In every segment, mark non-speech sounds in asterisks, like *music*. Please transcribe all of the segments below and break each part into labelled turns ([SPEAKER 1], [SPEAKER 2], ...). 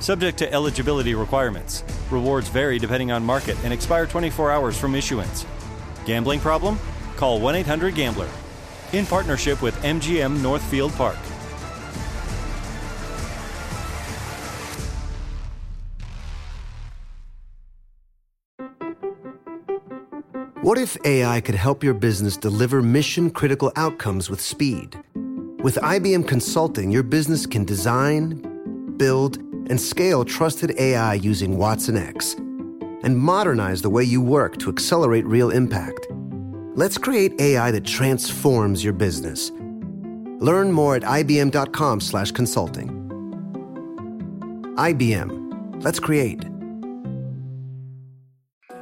[SPEAKER 1] Subject to eligibility requirements. Rewards vary depending on market and expire 24 hours from issuance. Gambling problem? Call 1 800 Gambler. In partnership with MGM Northfield Park.
[SPEAKER 2] What if AI could help your business deliver mission critical outcomes with speed? With IBM Consulting, your business can design, build, and scale trusted AI using Watson X and modernize the way you work to accelerate real impact. Let's create AI that transforms your business. Learn more at ibm.com/consulting. IBM. Let's create.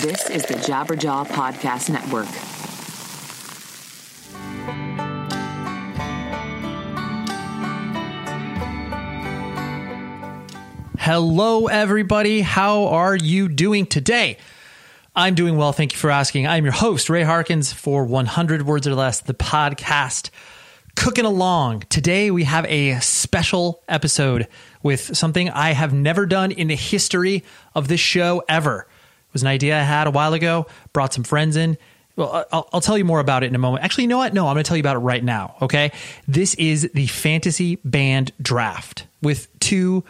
[SPEAKER 3] This is the Jabberjaw Podcast Network.
[SPEAKER 4] Hello, everybody. How are you doing today? I'm doing well. Thank you for asking. I'm your host, Ray Harkins, for 100 Words or Less, the podcast. Cooking along. Today, we have a special episode with something I have never done in the history of this show ever. It was an idea I had a while ago, brought some friends in. Well, I- I'll, I'll tell you more about it in a moment. Actually, you know what? No, I'm going to tell you about it right now. Okay. This is the fantasy band draft with two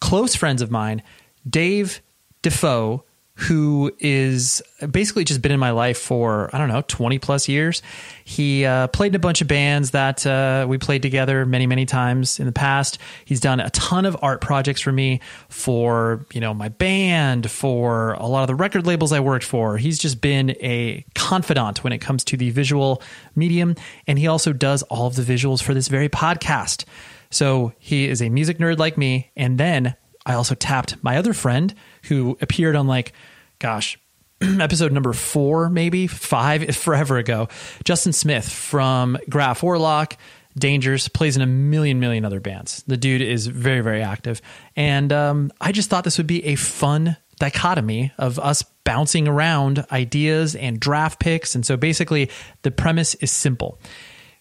[SPEAKER 4] close friends of mine, Dave Defoe, who is basically just been in my life for, I don't know, 20 plus years. He uh, played in a bunch of bands that uh, we played together many, many times in the past. He's done a ton of art projects for me, for, you know, my band, for a lot of the record labels I worked for. He's just been a confidant when it comes to the visual medium. And he also does all of the visuals for this very podcast. So he is a music nerd like me. And then I also tapped my other friend who appeared on like, gosh, *clears throat* episode number four, maybe five, forever ago. Justin Smith from Graf Warlock, Dangers, plays in a million, million other bands. The dude is very, very active. And um, I just thought this would be a fun dichotomy of us bouncing around ideas and draft picks. And so basically, the premise is simple.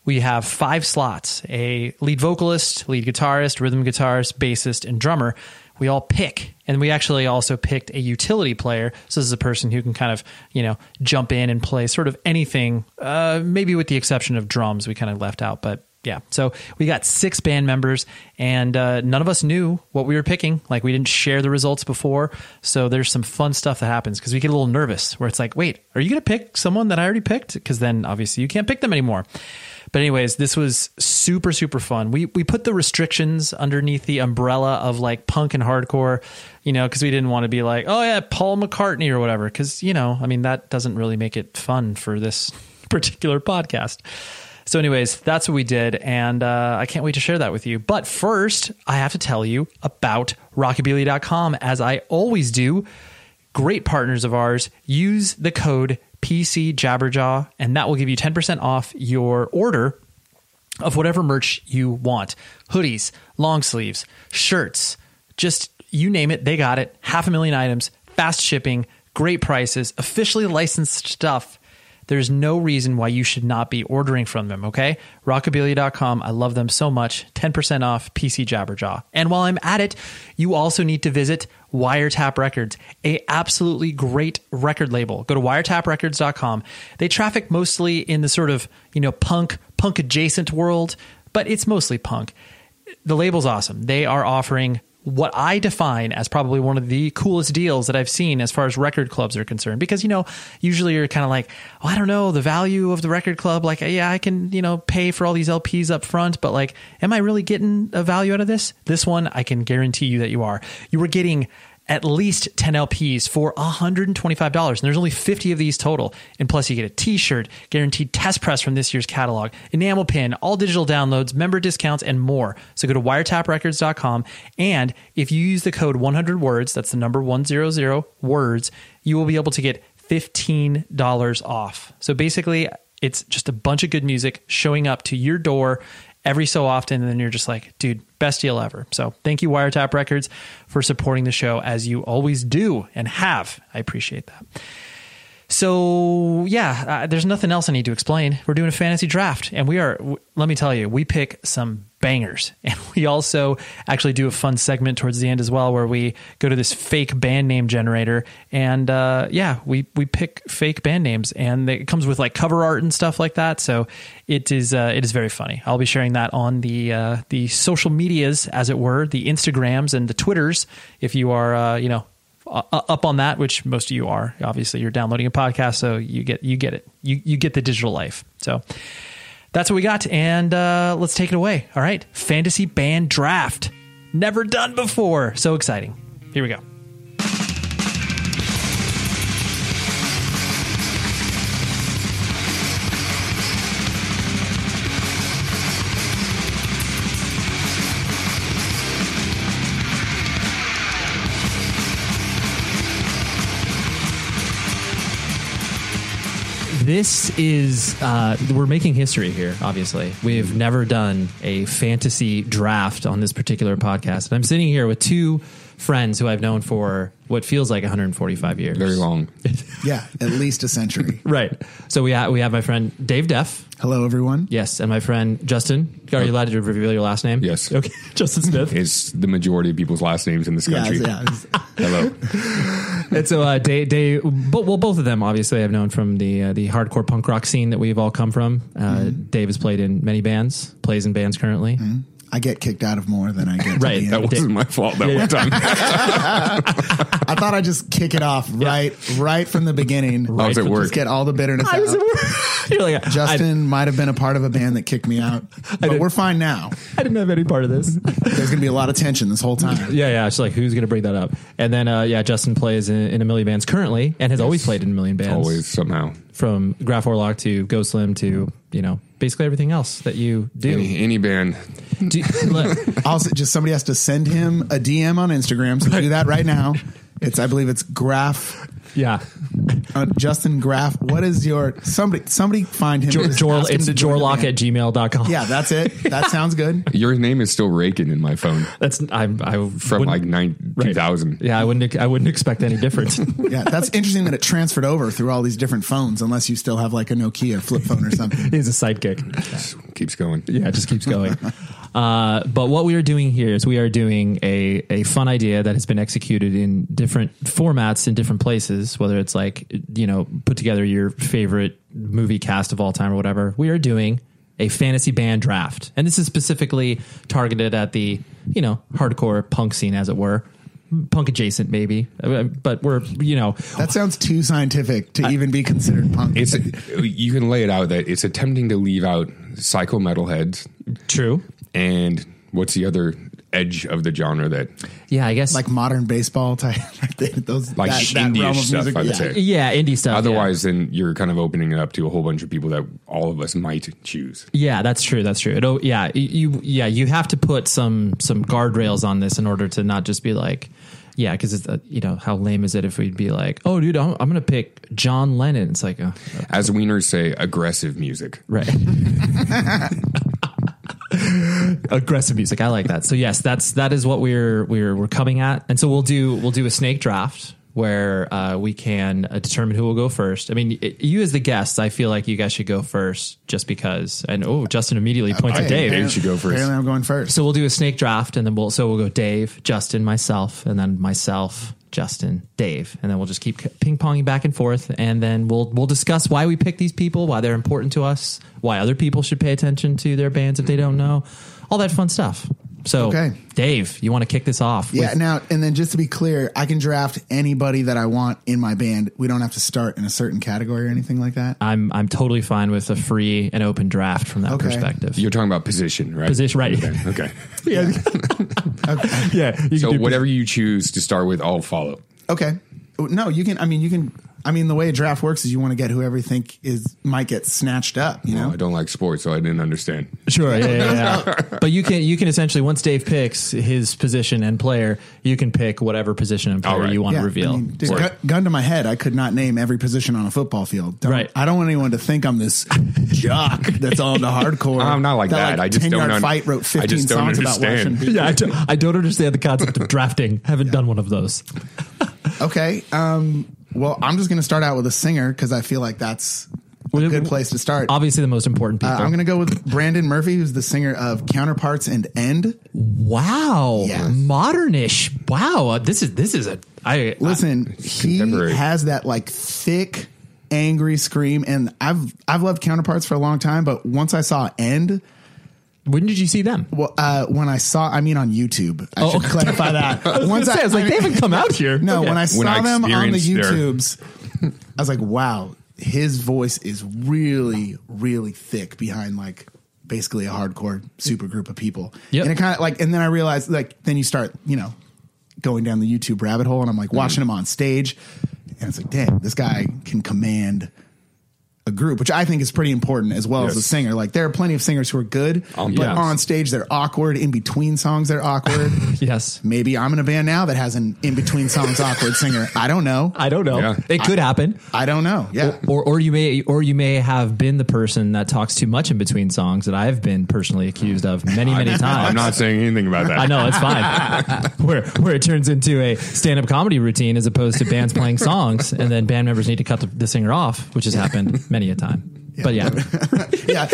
[SPEAKER 4] We have five slots a lead vocalist, lead guitarist, rhythm guitarist, bassist, and drummer. We all pick, and we actually also picked a utility player. So this is a person who can kind of, you know, jump in and play sort of anything, uh, maybe with the exception of drums, we kind of left out, but yeah. So we got six band members, and uh, none of us knew what we were picking. Like we didn't share the results before. So there's some fun stuff that happens because we get a little nervous where it's like, wait, are you going to pick someone that I already picked? Because then obviously you can't pick them anymore. But anyways, this was super super fun. We we put the restrictions underneath the umbrella of like punk and hardcore, you know, because we didn't want to be like, oh yeah, Paul McCartney or whatever, because you know, I mean, that doesn't really make it fun for this *laughs* particular podcast. So, anyways, that's what we did, and uh, I can't wait to share that with you. But first, I have to tell you about rockabilly.com, as I always do great partners of ours, use the code PCJabberjaw, and that will give you 10% off your order of whatever merch you want hoodies, long sleeves, shirts, just you name it, they got it. Half a million items, fast shipping, great prices, officially licensed stuff. There's no reason why you should not be ordering from them, okay? Rockabilia.com. I love them so much. 10% off PC Jabberjaw. And while I'm at it, you also need to visit Wiretap Records, a absolutely great record label. Go to wiretaprecords.com. They traffic mostly in the sort of, you know, punk, punk adjacent world, but it's mostly punk the label's awesome. They are offering what I define as probably one of the coolest deals that I've seen as far as record clubs are concerned. Because, you know, usually you're kind of like, oh, I don't know, the value of the record club. Like, yeah, I can, you know, pay for all these LPs up front, but like, am I really getting a value out of this? This one, I can guarantee you that you are. You were getting at least 10 LPs for $125. And there's only 50 of these total. And plus, you get a t shirt, guaranteed test press from this year's catalog, enamel pin, all digital downloads, member discounts, and more. So go to wiretaprecords.com. And if you use the code 100 words, that's the number 100 words, you will be able to get $15 off. So basically, it's just a bunch of good music showing up to your door every so often and then you're just like dude best deal ever so thank you wiretap records for supporting the show as you always do and have i appreciate that so yeah uh, there's nothing else i need to explain we're doing a fantasy draft and we are w- let me tell you we pick some bangers *laughs* and we also actually do a fun segment towards the end as well where we go to this fake band name generator and uh, yeah we, we pick fake band names and it comes with like cover art and stuff like that so it is uh, it is very funny i'll be sharing that on the uh, the social medias as it were the instagrams and the twitters if you are uh, you know uh, up on that, which most of you are. Obviously, you're downloading a podcast, so you get you get it. You you get the digital life. So that's what we got, and uh, let's take it away. All right, fantasy band draft, never done before. So exciting. Here we go.
[SPEAKER 5] This is uh, we're making history here. Obviously, we've never done a fantasy draft on this particular podcast, and I'm sitting here with two friends who I've known for what feels like 145 years.
[SPEAKER 6] Very long.
[SPEAKER 7] Yeah, at least a century.
[SPEAKER 5] Right. So we ha- we have my friend Dave Deff.
[SPEAKER 7] Hello, everyone. Oh.
[SPEAKER 5] Yes, and my friend Justin. Are you allowed to reveal your last name?
[SPEAKER 6] Yes.
[SPEAKER 5] Okay, *laughs* Justin Smith.
[SPEAKER 6] Is the majority of people's last names in this country.
[SPEAKER 7] Yeah, yeah.
[SPEAKER 6] *laughs* Hello.
[SPEAKER 5] and so uh, Dave, Dave, but well, both of them obviously I've known from the uh, the hardcore punk rock scene that we've all come from. Uh,
[SPEAKER 7] Mm-hmm.
[SPEAKER 5] Dave has played in many bands, plays in bands currently.
[SPEAKER 7] I get Mm-hmm. kicked out of more than I get.
[SPEAKER 5] *laughs*
[SPEAKER 7] to
[SPEAKER 5] Right.
[SPEAKER 7] the
[SPEAKER 6] That
[SPEAKER 7] end.
[SPEAKER 6] wasn't my fault that one time.
[SPEAKER 7] *laughs* I thought I'd just kick it off right, right from the beginning.
[SPEAKER 6] I was at work.
[SPEAKER 7] Just get all the bitterness
[SPEAKER 5] *laughs*
[SPEAKER 7] out.
[SPEAKER 5] You're like I,
[SPEAKER 7] Justin might have been a part of a band that kicked me out, but
[SPEAKER 5] did.
[SPEAKER 7] we're fine now.
[SPEAKER 5] I didn't have any part of this.
[SPEAKER 7] There's going to be a lot of tension this whole time.
[SPEAKER 5] yeah, yeah. She's like, who's gonna bring that up? And then uh, yeah, Justin plays in, in a million bands currently, and has always played in a million bands.
[SPEAKER 6] Always somehow.
[SPEAKER 5] from Graph Orlock to Go Slim to you know basically everything else that you do.
[SPEAKER 6] Any, any band.
[SPEAKER 5] do look,
[SPEAKER 7] Also, just somebody has to send him a DM on Instagram. So do that right now. It's, I believe, it's Graph
[SPEAKER 5] yeah,
[SPEAKER 7] uh, Justin Graph. What is your somebody? Somebody find him.
[SPEAKER 5] Jor,
[SPEAKER 7] Just
[SPEAKER 5] Jor,
[SPEAKER 7] ask him
[SPEAKER 5] it's
[SPEAKER 7] to join the
[SPEAKER 5] jorlock at
[SPEAKER 7] band.
[SPEAKER 5] gmail.com.
[SPEAKER 7] Yeah, that's it.
[SPEAKER 6] *laughs*
[SPEAKER 4] *laughs*
[SPEAKER 7] That sounds good.
[SPEAKER 6] Your name is still raking in my phone
[SPEAKER 5] *laughs* that's I'm I
[SPEAKER 6] from
[SPEAKER 5] wouldn't-
[SPEAKER 6] like nine,
[SPEAKER 5] right.
[SPEAKER 6] 2000.
[SPEAKER 5] Yeah, I wouldn't I wouldn't expect any
[SPEAKER 6] *laughs*
[SPEAKER 5] difference.
[SPEAKER 7] Yeah, that's interesting that it transferred over through all these different phones, unless you still have like a Nokia flip phone or
[SPEAKER 4] *laughs*
[SPEAKER 7] something.
[SPEAKER 5] He's a sidekick.
[SPEAKER 6] Keeps going.
[SPEAKER 5] Yeah, it just keeps
[SPEAKER 6] *laughs*
[SPEAKER 5] going. Uh, but what we are doing here is we are doing a, a fun idea that has been executed in different formats in different places, whether it's like, you know, put together your favorite movie cast of all time or whatever. We are doing a fantasy band draft. And this is specifically targeted at the, you know, hardcore punk scene, as it were. Punk adjacent, maybe, Uh, but we're you know
[SPEAKER 7] That sounds too scientific to even be considered punk.
[SPEAKER 6] It's you can lay it out that it's attempting to leave out psycho metalheads.
[SPEAKER 4] True.
[SPEAKER 6] And what's the other edge of the genre that
[SPEAKER 4] Yeah, I guess
[SPEAKER 7] like modern baseball type. *laughs* those
[SPEAKER 6] like
[SPEAKER 7] that, that realm
[SPEAKER 6] indie
[SPEAKER 7] of
[SPEAKER 6] stuff?
[SPEAKER 7] music.
[SPEAKER 6] I would
[SPEAKER 7] yeah.
[SPEAKER 6] say.
[SPEAKER 4] Yeah, indie stuff. yeah.
[SPEAKER 6] Otherwise, then you're kind of opening it up to a whole bunch of people that all of us might choose.
[SPEAKER 4] Yeah, that's true. That's true. It, oh, yeah, you yeah you have to put some some guardrails on this in order to not just be like, yeah, because it's uh, you know how lame is it if we'd be like, oh, dude, I'm, I'm gonna pick John Lennon. It's like, oh,
[SPEAKER 6] As wieners say, aggressive music.
[SPEAKER 4] Right. aggressive music. I like that. So yes, that's that is what we're we're we're coming at, and so we'll do we'll do a snake draft where uh, we can uh, determine who will go first. I mean, it, you as the guests, I feel like you guys should go first, just because. And oh, Justin
[SPEAKER 7] Uh,
[SPEAKER 4] immediately points at Dave.
[SPEAKER 7] Dave should go first. Apparently I'm going first.
[SPEAKER 4] So we'll do a snake draft, and then we'll so we'll go Dave, Justin, myself, and then myself. Justin, Dave, and then we'll just keep ping ponging back and forth, and then we'll we'll discuss why we pick these people, why they're important to us, why other people should pay attention to their bands if they don't know, all that fun stuff. So,
[SPEAKER 7] Okay.
[SPEAKER 4] Dave, you want to kick this off?
[SPEAKER 7] Yeah.
[SPEAKER 4] with-
[SPEAKER 7] now, and then just to be clear, I can draft anybody that I want in my band. We don't have to start in a certain category or anything like that.
[SPEAKER 4] I'm I'm totally fine with a free and open draft from that
[SPEAKER 7] Okay.
[SPEAKER 4] perspective.
[SPEAKER 6] You're talking about position, right?
[SPEAKER 4] Position, right.
[SPEAKER 6] Okay. okay.
[SPEAKER 4] Yeah. *laughs* yeah. you
[SPEAKER 6] so
[SPEAKER 4] can do-
[SPEAKER 6] whatever you choose to start with, I'll follow.
[SPEAKER 7] *laughs* Okay. No, you can. I mean, you can. I mean, the way a draft works is you want to get whoever you think is might get snatched up. You
[SPEAKER 6] No,
[SPEAKER 7] know.
[SPEAKER 6] I don't like sports, so I didn't understand.
[SPEAKER 4] *laughs* Sure, yeah, yeah,
[SPEAKER 6] *laughs*
[SPEAKER 4] yeah. but you can you can essentially once Dave picks his position and player, you can pick whatever position and player you want
[SPEAKER 7] Yeah,
[SPEAKER 4] to
[SPEAKER 7] I
[SPEAKER 4] reveal.
[SPEAKER 7] mean, dude,
[SPEAKER 4] Or-
[SPEAKER 7] gu- gun to my head, I could not name every position on a football field. Don't-
[SPEAKER 4] Right.
[SPEAKER 7] I don't want anyone to think I'm
[SPEAKER 6] *laughs*
[SPEAKER 7] this jock that's all into hardcore.
[SPEAKER 6] I'm not like that. I just
[SPEAKER 7] 10
[SPEAKER 6] don't
[SPEAKER 7] yard
[SPEAKER 6] un-
[SPEAKER 7] fight wrote
[SPEAKER 6] I
[SPEAKER 7] 15
[SPEAKER 6] just don't
[SPEAKER 7] songs about
[SPEAKER 6] understand.
[SPEAKER 7] Washington.
[SPEAKER 4] *laughs*
[SPEAKER 6] *laughs*
[SPEAKER 4] yeah, I don't, I don't understand the concept of drafting. Haven't done one of those.
[SPEAKER 7] Okay. Um, well, I'm just going to start out with a singer because I feel like that's a good place to start. Uh,
[SPEAKER 4] Obviously, the most important people.
[SPEAKER 7] I'm going to go with Brandon Murphy, who's the singer of Counterparts and End.
[SPEAKER 4] wow,
[SPEAKER 7] Yeah.
[SPEAKER 4] modernish. Wow, uh, this is this is a I
[SPEAKER 7] Listen, he
[SPEAKER 6] contemporary.
[SPEAKER 7] has that like thick, angry scream, and I've I've loved Counterparts for a long time, but once I saw End,
[SPEAKER 4] I- when did you see them?
[SPEAKER 7] well, uh, when I saw, I mean on YouTube. I
[SPEAKER 4] Oh,
[SPEAKER 7] should
[SPEAKER 4] okay.
[SPEAKER 7] clarify that.
[SPEAKER 4] *laughs* I was,
[SPEAKER 7] Once
[SPEAKER 4] gonna say, I was like, they haven't come out here.
[SPEAKER 7] No, when I saw
[SPEAKER 6] When I
[SPEAKER 7] them on the
[SPEAKER 6] experienced their-
[SPEAKER 7] YouTubes, I was like, wow, his voice is really, really thick behind like basically a hardcore super group of people.
[SPEAKER 4] Yep.
[SPEAKER 7] And it kind of like, and then I realized like, then you start, you know, going down the YouTube rabbit hole and I'm
[SPEAKER 4] Mm-hmm.
[SPEAKER 7] like watching him on stage and it's like, dang, this guy can command a group, which I think is pretty important as well as
[SPEAKER 6] Yes.
[SPEAKER 7] a singer. Like there are plenty of singers who are good,
[SPEAKER 4] Um,
[SPEAKER 6] On
[SPEAKER 7] but
[SPEAKER 6] balance.
[SPEAKER 7] on stage they're awkward. In between songs they're awkward.
[SPEAKER 4] *laughs* yes,
[SPEAKER 7] Maybe I'm in a band now that has an in between songs awkward
[SPEAKER 4] *laughs*
[SPEAKER 7] singer. I don't know.
[SPEAKER 4] I don't know.
[SPEAKER 6] Yeah.
[SPEAKER 4] It could happen.
[SPEAKER 7] I don't know. Yeah.
[SPEAKER 4] or or you may or you may have been the person that talks too much in between songs that I've been personally accused of many many times.
[SPEAKER 6] *laughs* I'm not saying anything about
[SPEAKER 4] *laughs*
[SPEAKER 6] that.
[SPEAKER 4] I know it's fine. where where it turns into a stand up comedy routine as opposed to bands playing songs and then band members need to cut the, the singer off, which has happened many a time.
[SPEAKER 7] *laughs*
[SPEAKER 4] But yeah,
[SPEAKER 7] Yeah.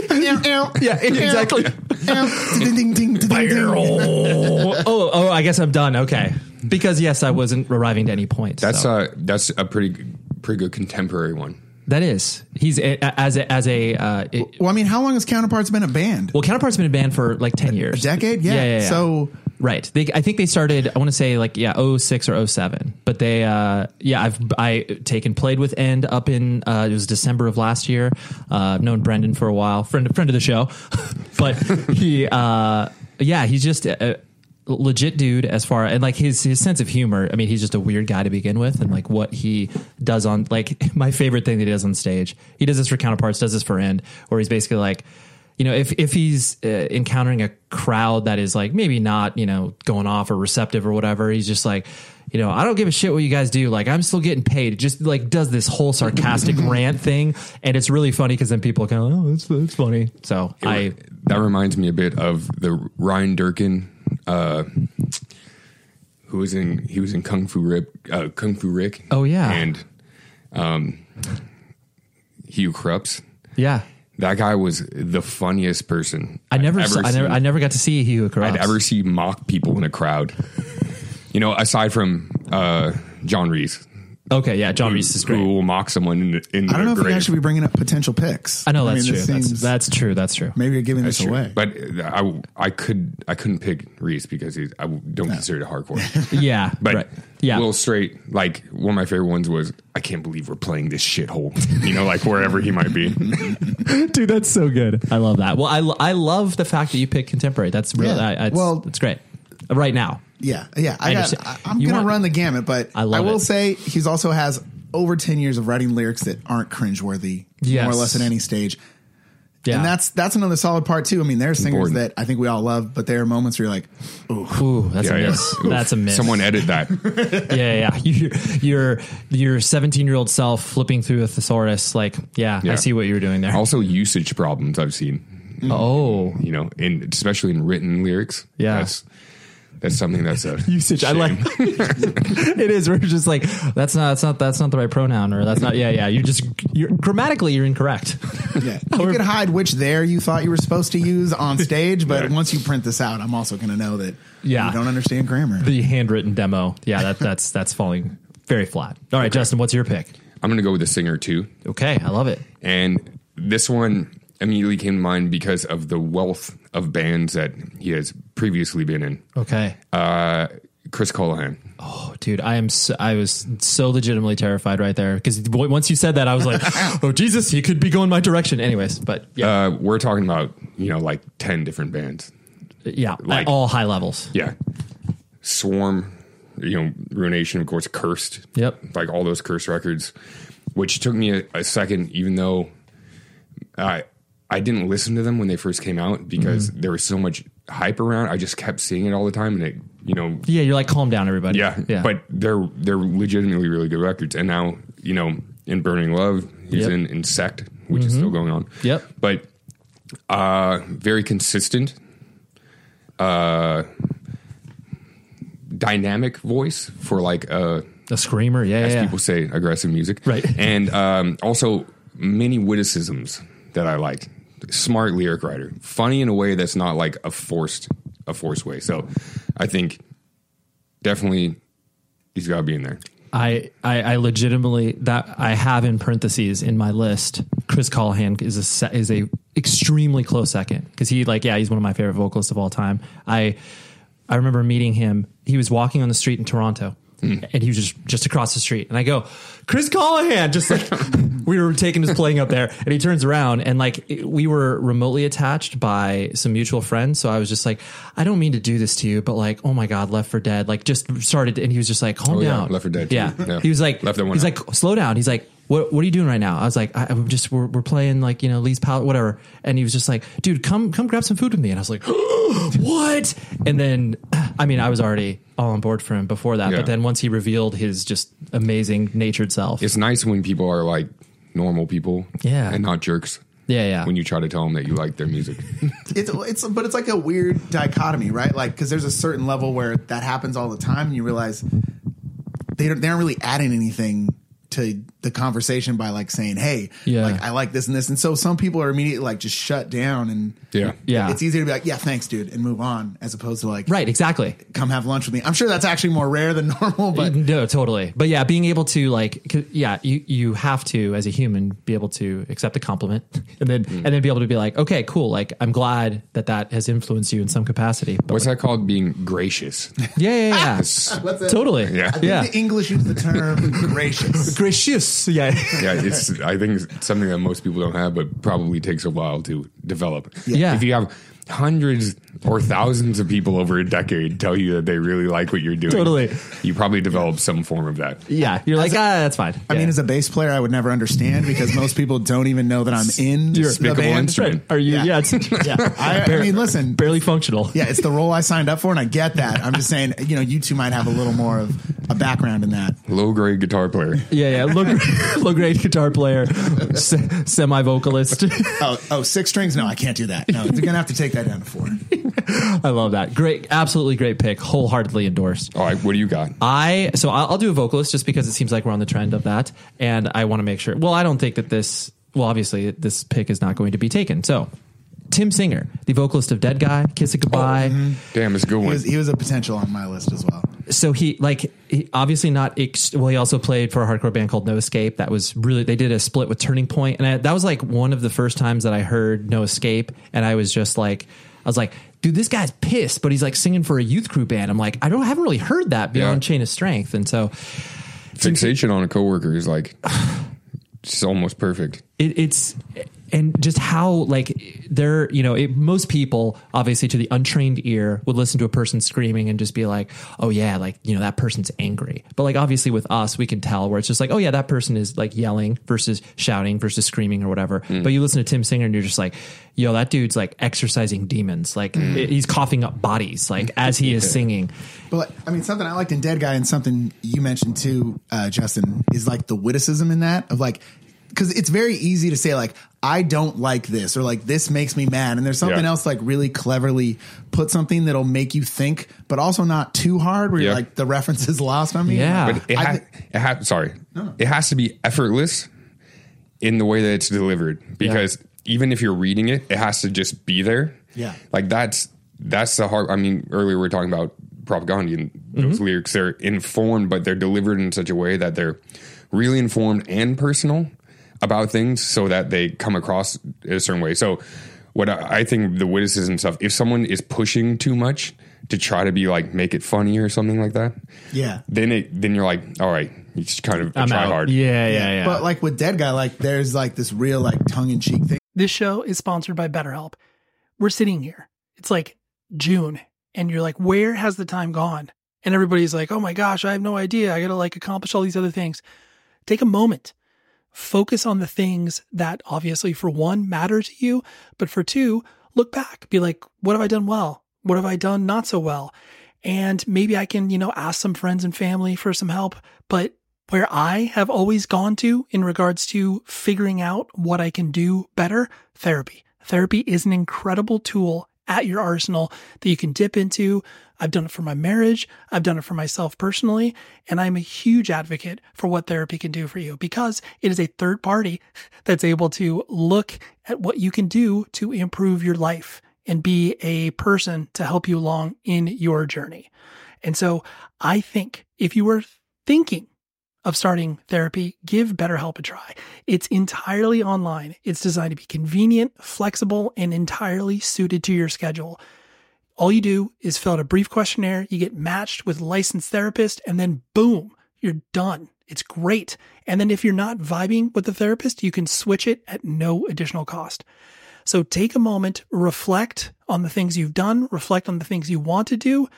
[SPEAKER 4] yeah, *laughs* exactly.
[SPEAKER 7] Ding, ding, ding, ding, ding, ding.
[SPEAKER 4] oh, oh, oh, I guess I'm done. Okay, because yes, I wasn't arriving to any point.
[SPEAKER 6] *laughs* That's
[SPEAKER 4] so.
[SPEAKER 6] uh that's a pretty g- pretty good contemporary one.
[SPEAKER 4] that is he's a, as a, as a uh, it-
[SPEAKER 7] Well, I mean, how long has Counterparts been a band?
[SPEAKER 4] well, counterpart's been a band for like ten years,
[SPEAKER 7] A decade? Yeah. So-
[SPEAKER 4] Right. They, I think they started. I want to say like yeah, 06 or 07. But they, uh, yeah, I've I taken played with End up in uh, it was December of last year. Uh, I've known Brendan for a while, friend friend of the show, *laughs* but he, uh, yeah, he's just uh, a, a legit dude as far and like his his sense of humor. I mean, he's just a weird guy to begin with, and like what he does on like *laughs* my favorite thing that he does on stage. He does this for counterparts, does this for End, where he's basically like you know, if if he's uh, encountering a crowd that is like maybe not, you know, going off or receptive or whatever, he's just like, you know, I don't give a shit what you guys do. Like, I'm still getting paid. It Just like does this whole
[SPEAKER 6] *laughs*
[SPEAKER 4] sarcastic rant thing, and it's really funny because then people kind of, oh, that's that's funny. So I,
[SPEAKER 6] That reminds me a bit of the Ryan Durkin, uh, who was in he was in Kung Fu Rip, uh, Kung Fu Rick.
[SPEAKER 4] Oh, yeah.
[SPEAKER 6] and um, Hugh Krups.
[SPEAKER 4] yeah,
[SPEAKER 6] That guy was the funniest person
[SPEAKER 4] I never,
[SPEAKER 6] I've
[SPEAKER 4] saw,
[SPEAKER 6] ever
[SPEAKER 4] I never,
[SPEAKER 6] seen.
[SPEAKER 4] I never got to see Hugh
[SPEAKER 6] I'd
[SPEAKER 4] Carras.
[SPEAKER 6] ever see mock people in a crowd. you know, aside from uh, John Reese,
[SPEAKER 4] Okay, yeah, John Reese is great.
[SPEAKER 6] Who will mock someone in, in
[SPEAKER 7] I don't know
[SPEAKER 6] their
[SPEAKER 7] if you
[SPEAKER 6] grave.
[SPEAKER 7] guys should be bringing up potential picks.
[SPEAKER 4] I know that's
[SPEAKER 7] mean,
[SPEAKER 4] true.
[SPEAKER 7] this
[SPEAKER 4] That's,
[SPEAKER 7] seems-
[SPEAKER 4] that's true. That's true.
[SPEAKER 7] Maybe you're giving
[SPEAKER 6] That's
[SPEAKER 7] this
[SPEAKER 6] true.
[SPEAKER 7] away.
[SPEAKER 6] But uh, I, I could I couldn't pick Reese because he's I don't consider it hardcore.
[SPEAKER 4] *laughs* Yeah,
[SPEAKER 6] But
[SPEAKER 4] right. Yeah.
[SPEAKER 6] Will Straight, like one of my favorite ones was I can't believe we're playing this shithole. *laughs* You know, like wherever he might
[SPEAKER 7] *laughs*
[SPEAKER 6] be.
[SPEAKER 4] Dude, that's so good. I love that. Well, I, lo- I love the fact that you pick contemporary. That's really
[SPEAKER 7] Yeah.
[SPEAKER 4] I, it's,
[SPEAKER 7] Well-
[SPEAKER 4] it's great. Right now,
[SPEAKER 7] Yeah, yeah.
[SPEAKER 4] I
[SPEAKER 7] I got,
[SPEAKER 4] understand.
[SPEAKER 7] I, I'm
[SPEAKER 4] You
[SPEAKER 7] going to
[SPEAKER 4] want-
[SPEAKER 7] run the gamut, but
[SPEAKER 4] I
[SPEAKER 7] I,
[SPEAKER 4] love
[SPEAKER 7] will
[SPEAKER 4] it.
[SPEAKER 7] say he's also has over 10 years of writing lyrics that aren't cringeworthy, more
[SPEAKER 4] Yes.
[SPEAKER 7] or less at any stage.
[SPEAKER 4] Yeah.
[SPEAKER 7] And that's that's another solid part too. I mean, there are singers
[SPEAKER 6] Important.
[SPEAKER 7] that I think we all love, but there are moments where you're like,
[SPEAKER 4] Ooh, that's a miss.
[SPEAKER 6] Oof.
[SPEAKER 4] That's a miss.
[SPEAKER 6] Someone edit that.
[SPEAKER 4] yeah, yeah. *laughs* Your your your seventeen year old self flipping through a thesaurus. Like, yeah, I
[SPEAKER 6] Yeah.
[SPEAKER 4] see what you were doing there.
[SPEAKER 6] also usage problems I've seen.
[SPEAKER 4] Oh,
[SPEAKER 6] You know, and especially in written lyrics.
[SPEAKER 4] Yeah.
[SPEAKER 6] That's that's something that's a
[SPEAKER 4] *laughs* usage. I like *laughs* it is. We're just like that's not that's not that's not the right pronoun or that's not. Yeah, yeah. You're just you're grammatically you're incorrect.
[SPEAKER 7] yeah. you could hide which there you thought you were supposed to use on
[SPEAKER 6] *laughs*
[SPEAKER 7] stage, but once you print this out, I'm also going to know that
[SPEAKER 4] *laughs* Yeah.
[SPEAKER 7] you don't understand grammar.
[SPEAKER 4] the handwritten demo. Yeah, that that's that's falling very flat. All right, Justin, what's your pick?
[SPEAKER 6] I'm gonna go with the singer too.
[SPEAKER 4] Okay, I love it.
[SPEAKER 6] And this one immediately came to mind because of the wealth of bands that he has previously been in.
[SPEAKER 4] Okay.
[SPEAKER 6] Uh, Chris Colahan.
[SPEAKER 4] Oh, dude, I am. So, I was so legitimately terrified right there because once you said that, I was like, "Oh Jesus, he could be going my direction." Anyways, but yeah,
[SPEAKER 6] Uh, we're talking about you know like ten different bands.
[SPEAKER 4] yeah, at
[SPEAKER 6] like-
[SPEAKER 4] all high levels.
[SPEAKER 6] Yeah, Swarm, you know, Ruination, of course, Cursed.
[SPEAKER 4] Yep.
[SPEAKER 6] like all those Cursed records, which took me a, a second, even though I I didn't listen to them when they first came out because
[SPEAKER 4] Mm-hmm.
[SPEAKER 6] there was so much hype around. I just kept seeing it all the time, and it you know
[SPEAKER 4] Yeah, you're like, calm down, everybody.
[SPEAKER 6] Yeah,
[SPEAKER 4] yeah,
[SPEAKER 6] But they're they're legitimately really good records. And now you know in Burning Love, he's
[SPEAKER 4] Yep.
[SPEAKER 6] in Insect, which is still going on.
[SPEAKER 4] Mm-hmm. Yep.
[SPEAKER 6] But uh, very consistent, uh, dynamic voice for like uh,
[SPEAKER 4] a screamer. Yeah,
[SPEAKER 6] as
[SPEAKER 4] yeah, yeah.
[SPEAKER 6] people say aggressive music,
[SPEAKER 4] Right. *laughs*
[SPEAKER 6] And um, also many witticisms that I liked. Smart lyric writer, funny in a way that's not like a forced a forced way. So I think definitely he's got to be in there.
[SPEAKER 4] I, I, I legitimately that I have in parentheses in my list. Chris Callahan is a se- is a extremely close second because he like yeah he's one of my favorite vocalists of all time. I I remember meeting him. He was walking on the street in Toronto.
[SPEAKER 6] Hmm.
[SPEAKER 4] And he was just just across the street, and I go, Chris Callahan. Just like *laughs* we were taking his playing up there, and he turns around and like it- we were remotely attached by some mutual friends. So I was just like, I don't mean to do this to you, but like, oh my god, Left for Dead. Like just started, and he was just like, calm
[SPEAKER 6] Oh, yeah,
[SPEAKER 4] down.
[SPEAKER 6] Left 4 Dead, too.
[SPEAKER 4] Yeah.
[SPEAKER 6] *laughs* Yeah.
[SPEAKER 4] He was like,
[SPEAKER 6] Left that one
[SPEAKER 4] he's
[SPEAKER 6] out.
[SPEAKER 4] like, slow down. He's like, what, what are you doing right now? I was like, I, I'm just, we're, we're playing like, you know, Lee's Palette, whatever. And he was just like, dude, come, come grab some food with me. And I was like, *gasps* what? And then, *clears throat* I mean, I was already all on board for him before that.
[SPEAKER 6] Yeah.
[SPEAKER 4] But then once he revealed his just amazing natured self.
[SPEAKER 6] It's nice when people are like normal people,
[SPEAKER 4] Yeah.
[SPEAKER 6] and not jerks.
[SPEAKER 4] yeah. Yeah.
[SPEAKER 6] When you try to tell them that you like their music,
[SPEAKER 7] it's it's but it's like a weird dichotomy, right? Like because there's a certain level where that happens all the time, and you realize they don't, they aren't really adding anything to the conversation by like saying, "Hey,
[SPEAKER 4] Yeah.
[SPEAKER 7] like I like this and this," and so some people are immediately like just shut down, and
[SPEAKER 6] yeah,
[SPEAKER 4] yeah. e-
[SPEAKER 7] it's easier to be like, "Yeah, thanks, dude," and move on, as opposed to like,
[SPEAKER 4] right. Exactly.
[SPEAKER 7] come have lunch with me." I'm sure that's actually more rare than *laughs* normal, but
[SPEAKER 4] no, totally. But yeah, being able to like, 'cause- yeah, you you have to as a human be able to accept a compliment, *laughs* and then
[SPEAKER 6] Mm.
[SPEAKER 4] and then be able to be like, okay, cool. Like, I'm glad that that has influenced you in some capacity. But
[SPEAKER 6] What's that called? Being gracious.
[SPEAKER 4] yeah, yeah,
[SPEAKER 6] *laughs*
[SPEAKER 4] yeah,
[SPEAKER 7] *laughs* What's
[SPEAKER 4] yeah.
[SPEAKER 7] that?
[SPEAKER 4] totally.
[SPEAKER 6] Yeah.
[SPEAKER 7] I think
[SPEAKER 4] yeah.
[SPEAKER 7] the English use the term *laughs* gracious.
[SPEAKER 4] Gracious. Yeah.
[SPEAKER 6] *laughs* yeah, it's I think it's something that most people don't have, but probably takes a while to develop.
[SPEAKER 4] Yeah.
[SPEAKER 6] If you have hundreds or thousands of people over a decade tell you that they really like what you're doing,
[SPEAKER 4] Totally.
[SPEAKER 6] you probably develop some form of that.
[SPEAKER 4] Yeah. You're like, ah, that's fine.
[SPEAKER 7] I
[SPEAKER 4] Yeah.
[SPEAKER 7] mean, as a bass player, I would never understand because most people don't even know that I'm in the
[SPEAKER 6] Despicable
[SPEAKER 7] band.
[SPEAKER 6] instrument.
[SPEAKER 4] Are you? Yeah.
[SPEAKER 7] Yeah.
[SPEAKER 4] it's
[SPEAKER 7] Yeah,
[SPEAKER 4] *laughs*
[SPEAKER 7] I, I mean, listen,
[SPEAKER 4] barely functional.
[SPEAKER 7] yeah, it's the role I signed up for, and I get that. I'm just saying, you know, you two might have a little more of a background in that.
[SPEAKER 6] Low grade guitar player.
[SPEAKER 4] Yeah. Yeah. Low, *laughs* low grade guitar player, se- semi vocalist.
[SPEAKER 7] Oh, oh, six strings? No, I can't do that. No, you're gonna have to take that down to four.
[SPEAKER 4] *gasps* I love that. Great. Absolutely great pick. Wholeheartedly endorsed.
[SPEAKER 6] All right, what do you got?
[SPEAKER 4] I so I'll, I'll do a vocalist just because it seems like we're on the trend of that, and I want to make sure. Well, I don't think that this. Well, obviously, this pick is not going to be taken. So, Tim Singer, the vocalist of Dead Guy, Kiss It Goodbye.
[SPEAKER 6] Oh, Damn, it's a good
[SPEAKER 7] He
[SPEAKER 6] one.
[SPEAKER 7] was, he was a potential on my list as well.
[SPEAKER 4] so he like he, obviously not ex- well. He also played for a hardcore band called No Escape. That was really they did a split with Turning Point, and I, that was like one of the first times that I heard No Escape, and I was just like, I was like, dude, this guy's pissed, but he's like singing for a youth crew band. I'm like, I don't I haven't really heard that beyond Chain of Strength, and so
[SPEAKER 6] Fixation on a coworker is like it's almost perfect.
[SPEAKER 4] it, it's and just how like there you know it, most people obviously to the untrained ear would listen to a person screaming and just be like oh yeah like you know that person's angry but like obviously with us we can tell where it's just like oh yeah that person is like yelling versus shouting versus screaming or whatever
[SPEAKER 8] Mm.
[SPEAKER 4] but you listen to tim singer and you're just like yo that dude's like exercising demons like he's coughing up bodies like as he is
[SPEAKER 7] Yeah.
[SPEAKER 4] singing
[SPEAKER 7] But I mean, something I liked in Dead Guy and something you mentioned too, uh, Justin, is like the witticism in that of like, because it's very easy to say like I don't like this or like this makes me mad, and there's something
[SPEAKER 6] Yeah.
[SPEAKER 7] else like really cleverly put something that'll make you think, but also not too hard where you're
[SPEAKER 6] Yeah.
[SPEAKER 7] like the reference is lost on me.
[SPEAKER 6] But it,
[SPEAKER 7] I
[SPEAKER 6] ha-
[SPEAKER 7] thi-
[SPEAKER 6] it ha- sorry.
[SPEAKER 7] No, no.
[SPEAKER 6] It has to be effortless in the way that it's delivered because even if you're reading it, it has to just be there.
[SPEAKER 7] yeah.
[SPEAKER 6] Like that's that's the hard I mean earlier we were talking about propaganda and those lyrics they're informed but they're delivered in such a way that they're really informed and personal about things so that they come across a certain way. So what I, I think the witticism stuff if someone is pushing too much to try to be like make it funny or something like that
[SPEAKER 7] Yeah.
[SPEAKER 6] then it then you're like, all right, you just kind of
[SPEAKER 7] I'm
[SPEAKER 6] try
[SPEAKER 7] out.
[SPEAKER 6] hard.
[SPEAKER 4] Yeah,
[SPEAKER 7] But like with Dead Guy, like there's like this real like tongue in cheek thing.
[SPEAKER 9] This show is sponsored by BetterHelp. We're sitting here. It's like June, and you're like, where has the time gone? And everybody's like, oh my gosh, I have no idea. I got to like accomplish all these other things. Take a moment. Focus on the things that obviously, for one, matter to you. But for two, look back. Be like, what have I done well? What have I done not so well? And maybe I can, you know, ask some friends and family for some help. But where I have always gone to in regards to figuring out what I can do better, therapy. Therapy is an incredible tool at your arsenal that you can dip into. I've done it for my marriage, I've done it for myself personally, and I'm a huge advocate for what therapy can do for you because it is a third party that's able to look at what you can do to improve your life and be a person to help you along in your journey. And so I think if you were thinking of starting therapy, give BetterHelp a try. It's entirely online. It's designed to be convenient, flexible, and entirely suited to your schedule. All you do is fill out a brief questionnaire, you get matched with a licensed therapist, and then boom, you're done. It's great. And then if you're not vibing with the therapist, you can switch it at no additional cost. So take a moment, reflect on the things you've done, reflect on the things you want to do,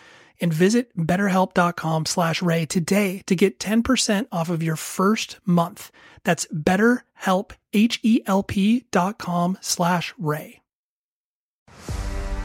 [SPEAKER 9] and visit betterhelp.com slash ray today to get 10% off of your first month. That's betterhelp, H-E-L-P dot com slash ray.
[SPEAKER 4] *laughs*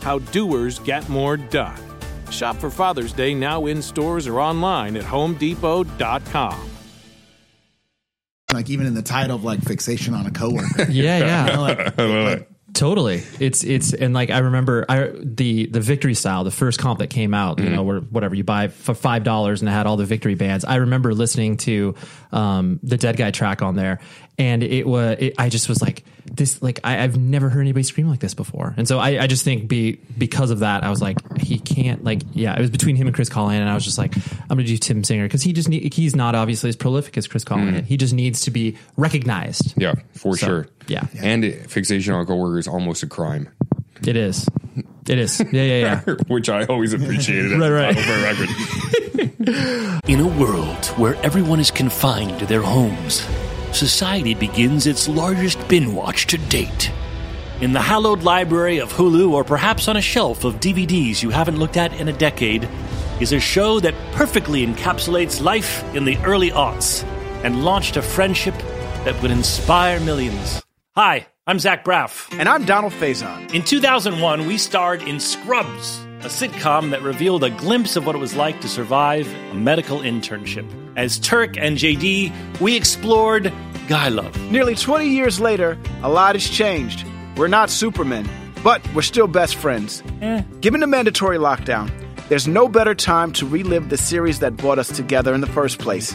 [SPEAKER 10] How doers get more done. Shop for Father's Day now in stores or online at homedepot.com.
[SPEAKER 7] Like even in the title of like fixation on a
[SPEAKER 6] *laughs*
[SPEAKER 7] coworker.
[SPEAKER 4] *laughs* yeah, yeah.
[SPEAKER 7] You know, like,
[SPEAKER 4] Totally. It's it's and like I remember I the the victory style, the first comp that came out, you know, where whatever you buy for five dollars and it had all the victory bands. I remember listening to um the dead guy track on there and it was it, I just was like this like I, I've never heard anybody scream like this before. And so I, I just think be because of that I was like he can't like yeah, it was between him and Chris Collin and I was just like I'm gonna do Tim Singer because he just need, he's not obviously as prolific as Chris Collin.
[SPEAKER 6] Mhm.
[SPEAKER 4] He just needs to be recognized.
[SPEAKER 6] Yeah, for
[SPEAKER 4] So,
[SPEAKER 6] sure.
[SPEAKER 4] yeah.
[SPEAKER 6] And it- fixation on a coworker is almost a crime.
[SPEAKER 4] It is. It is. Yeah, yeah,
[SPEAKER 6] yeah. *laughs* Which I always
[SPEAKER 4] *laughs*
[SPEAKER 6] appreciated. right, right. *laughs* record.
[SPEAKER 8] In a world where everyone is confined to their homes, society begins its largest bin watch to date. In the hallowed library of Hulu, or perhaps on a shelf of DVDs you haven't looked at in a decade, is a show that perfectly encapsulates life in the early aughts and launched a friendship that would inspire millions. Hi, I'm Zach Braff.
[SPEAKER 11] And I'm Donald Faison.
[SPEAKER 8] In 2001, we starred in Scrubs, a sitcom that revealed a glimpse of what it was like to survive a medical internship. As Turk and JD, we explored guy love.
[SPEAKER 11] Nearly 20 years later, a lot has changed. We're not supermen, but we're still best friends.
[SPEAKER 4] Eh.
[SPEAKER 11] Given the mandatory lockdown, there's no better time to relive the series that brought us together in the first place.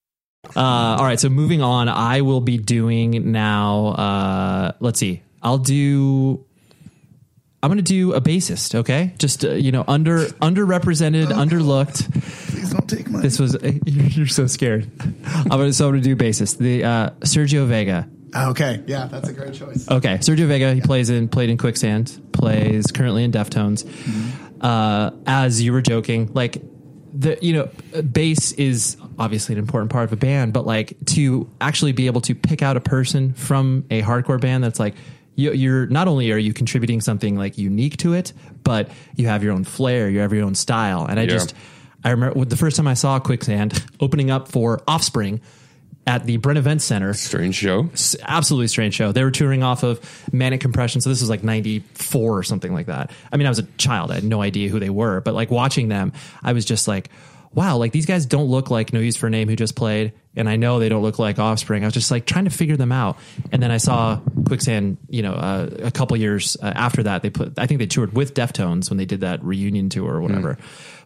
[SPEAKER 4] Uh, all right. So moving on, I will be doing now. Uh, let's see. I'll do. I'm going to do a bassist. Okay, just uh, you know, under underrepresented, underlooked. Please
[SPEAKER 7] Oh, don't take my.
[SPEAKER 4] This was *laughs* you're, you're so scared. I'm gonna, so I'm going to do bassist. The uh, Sergio Vega.
[SPEAKER 7] Okay. Yeah, that's a great choice.
[SPEAKER 4] Okay, Sergio Vega. He plays in played in Quicksand. Plays currently in Deftones. Uh, as you were joking, like the you know bass is obviously an important part of a band, but like to actually be able to pick out a person from a hardcore band that's like you, you're not only are you contributing something like unique to it, but you have your own flair, you have your own style, and I
[SPEAKER 6] Yeah.
[SPEAKER 4] just I remember well, the first time I saw Quicksand opening up for Offspring at the Brent Event Center.
[SPEAKER 6] Strange show.
[SPEAKER 4] Absolutely strange show. They were touring off of Manic Compression. So this was like 94 or something like that. I mean, I was a child. I had no idea who they were, but like watching them, I was just like, wow, like these guys don't look like No Use for a Name who just played. And I know they don't look like Offspring. I was just like trying to figure them out. And then I saw Quicksand, you know, uh, a couple years uh, after that, they put, I think they toured with Deftones when they did that reunion tour or whatever.
[SPEAKER 6] Hmm.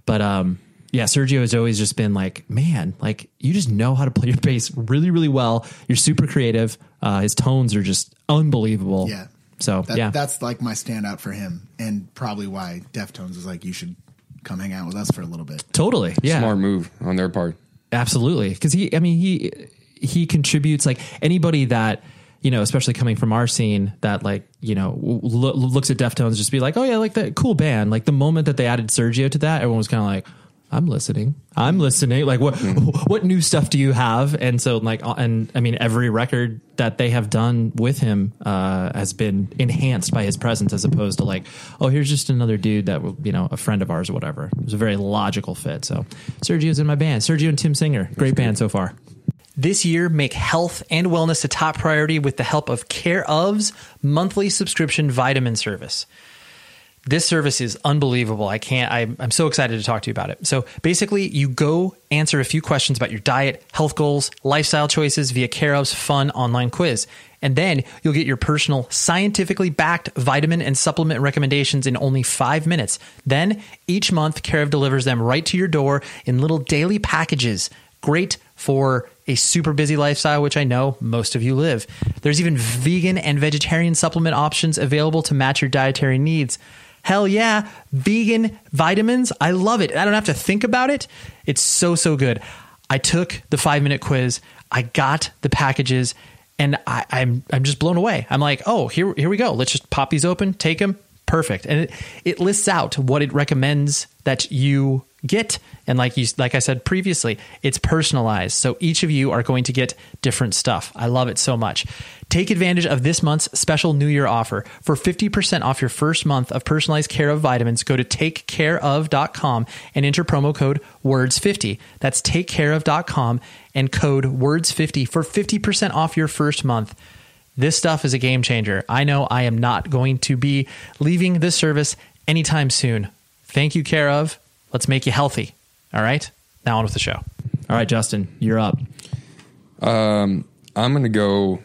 [SPEAKER 4] But, um, yeah, Sergio has always just been like, man, like you just know how to play your bass really, really well. You're super creative. Uh, his tones are just unbelievable.
[SPEAKER 7] Oh, Yeah.
[SPEAKER 4] So
[SPEAKER 7] That,
[SPEAKER 4] yeah,
[SPEAKER 7] That's like my standout for him, and probably why Deftones was like, you should come hang out with us for a little bit.
[SPEAKER 4] totally. Yeah.
[SPEAKER 6] Smart move on their part.
[SPEAKER 4] Absolutely, because he, I mean, he he contributes like anybody that you know, especially coming from our scene, that like you know w- lo- looks at Deftones just be like, oh yeah, like that cool band. Like the moment that they added Sergio to that, everyone was kind of like. I'm listening. I'm listening. Like what
[SPEAKER 12] Hmm.
[SPEAKER 4] what new stuff do you have? And so like uh, and I mean every record that they have done with him uh has been enhanced by his presence as opposed to like oh here's just another dude that will- you know a friend of ours or whatever. It was a very logical fit. So Sergio's in my band. Sergio and Tim Singer. Great band so far.
[SPEAKER 12] This year, make health and wellness a top priority with the help of Care of's monthly subscription vitamin service. This service is unbelievable. I can't, I, I'm so excited to talk to you about it. So basically, you go answer a few questions about your diet, health goals, lifestyle choices via Care of's fun online quiz. And then you'll get your personal, scientifically backed vitamin and supplement recommendations in only five minutes. Then each month, Care of delivers them right to your door in little daily packages great for a super busy lifestyle, which I know most of you live. There's even vegan and vegetarian supplement options available to match your dietary needs. Hell yeah, vegan vitamins. I love it. I don't have to think about it. It's so, so good. I took the five minute quiz, I got the packages. And I, I'm I'm just blown away. I'm like, oh, here here we go. Let's just pop these open, take them, perfect. And it, it lists out what it recommends that you get. And like you, like I said previously, it's personalized. So each of you are going to get different stuff. I love it so much. Take advantage of this month's special New Year offer. For 50% off your first month of personalized care of vitamins, go to takecareof.com and enter promo code WORDS50. That's takecareof.com and code WORDS50 for 50% off your first month. This stuff is a game changer. I know I am not going to be leaving this service anytime soon. Thank you, Care of. Let's make you healthy. All right. Now on with the show. All right, Justin, you're up.
[SPEAKER 6] Um, I'm gonna go.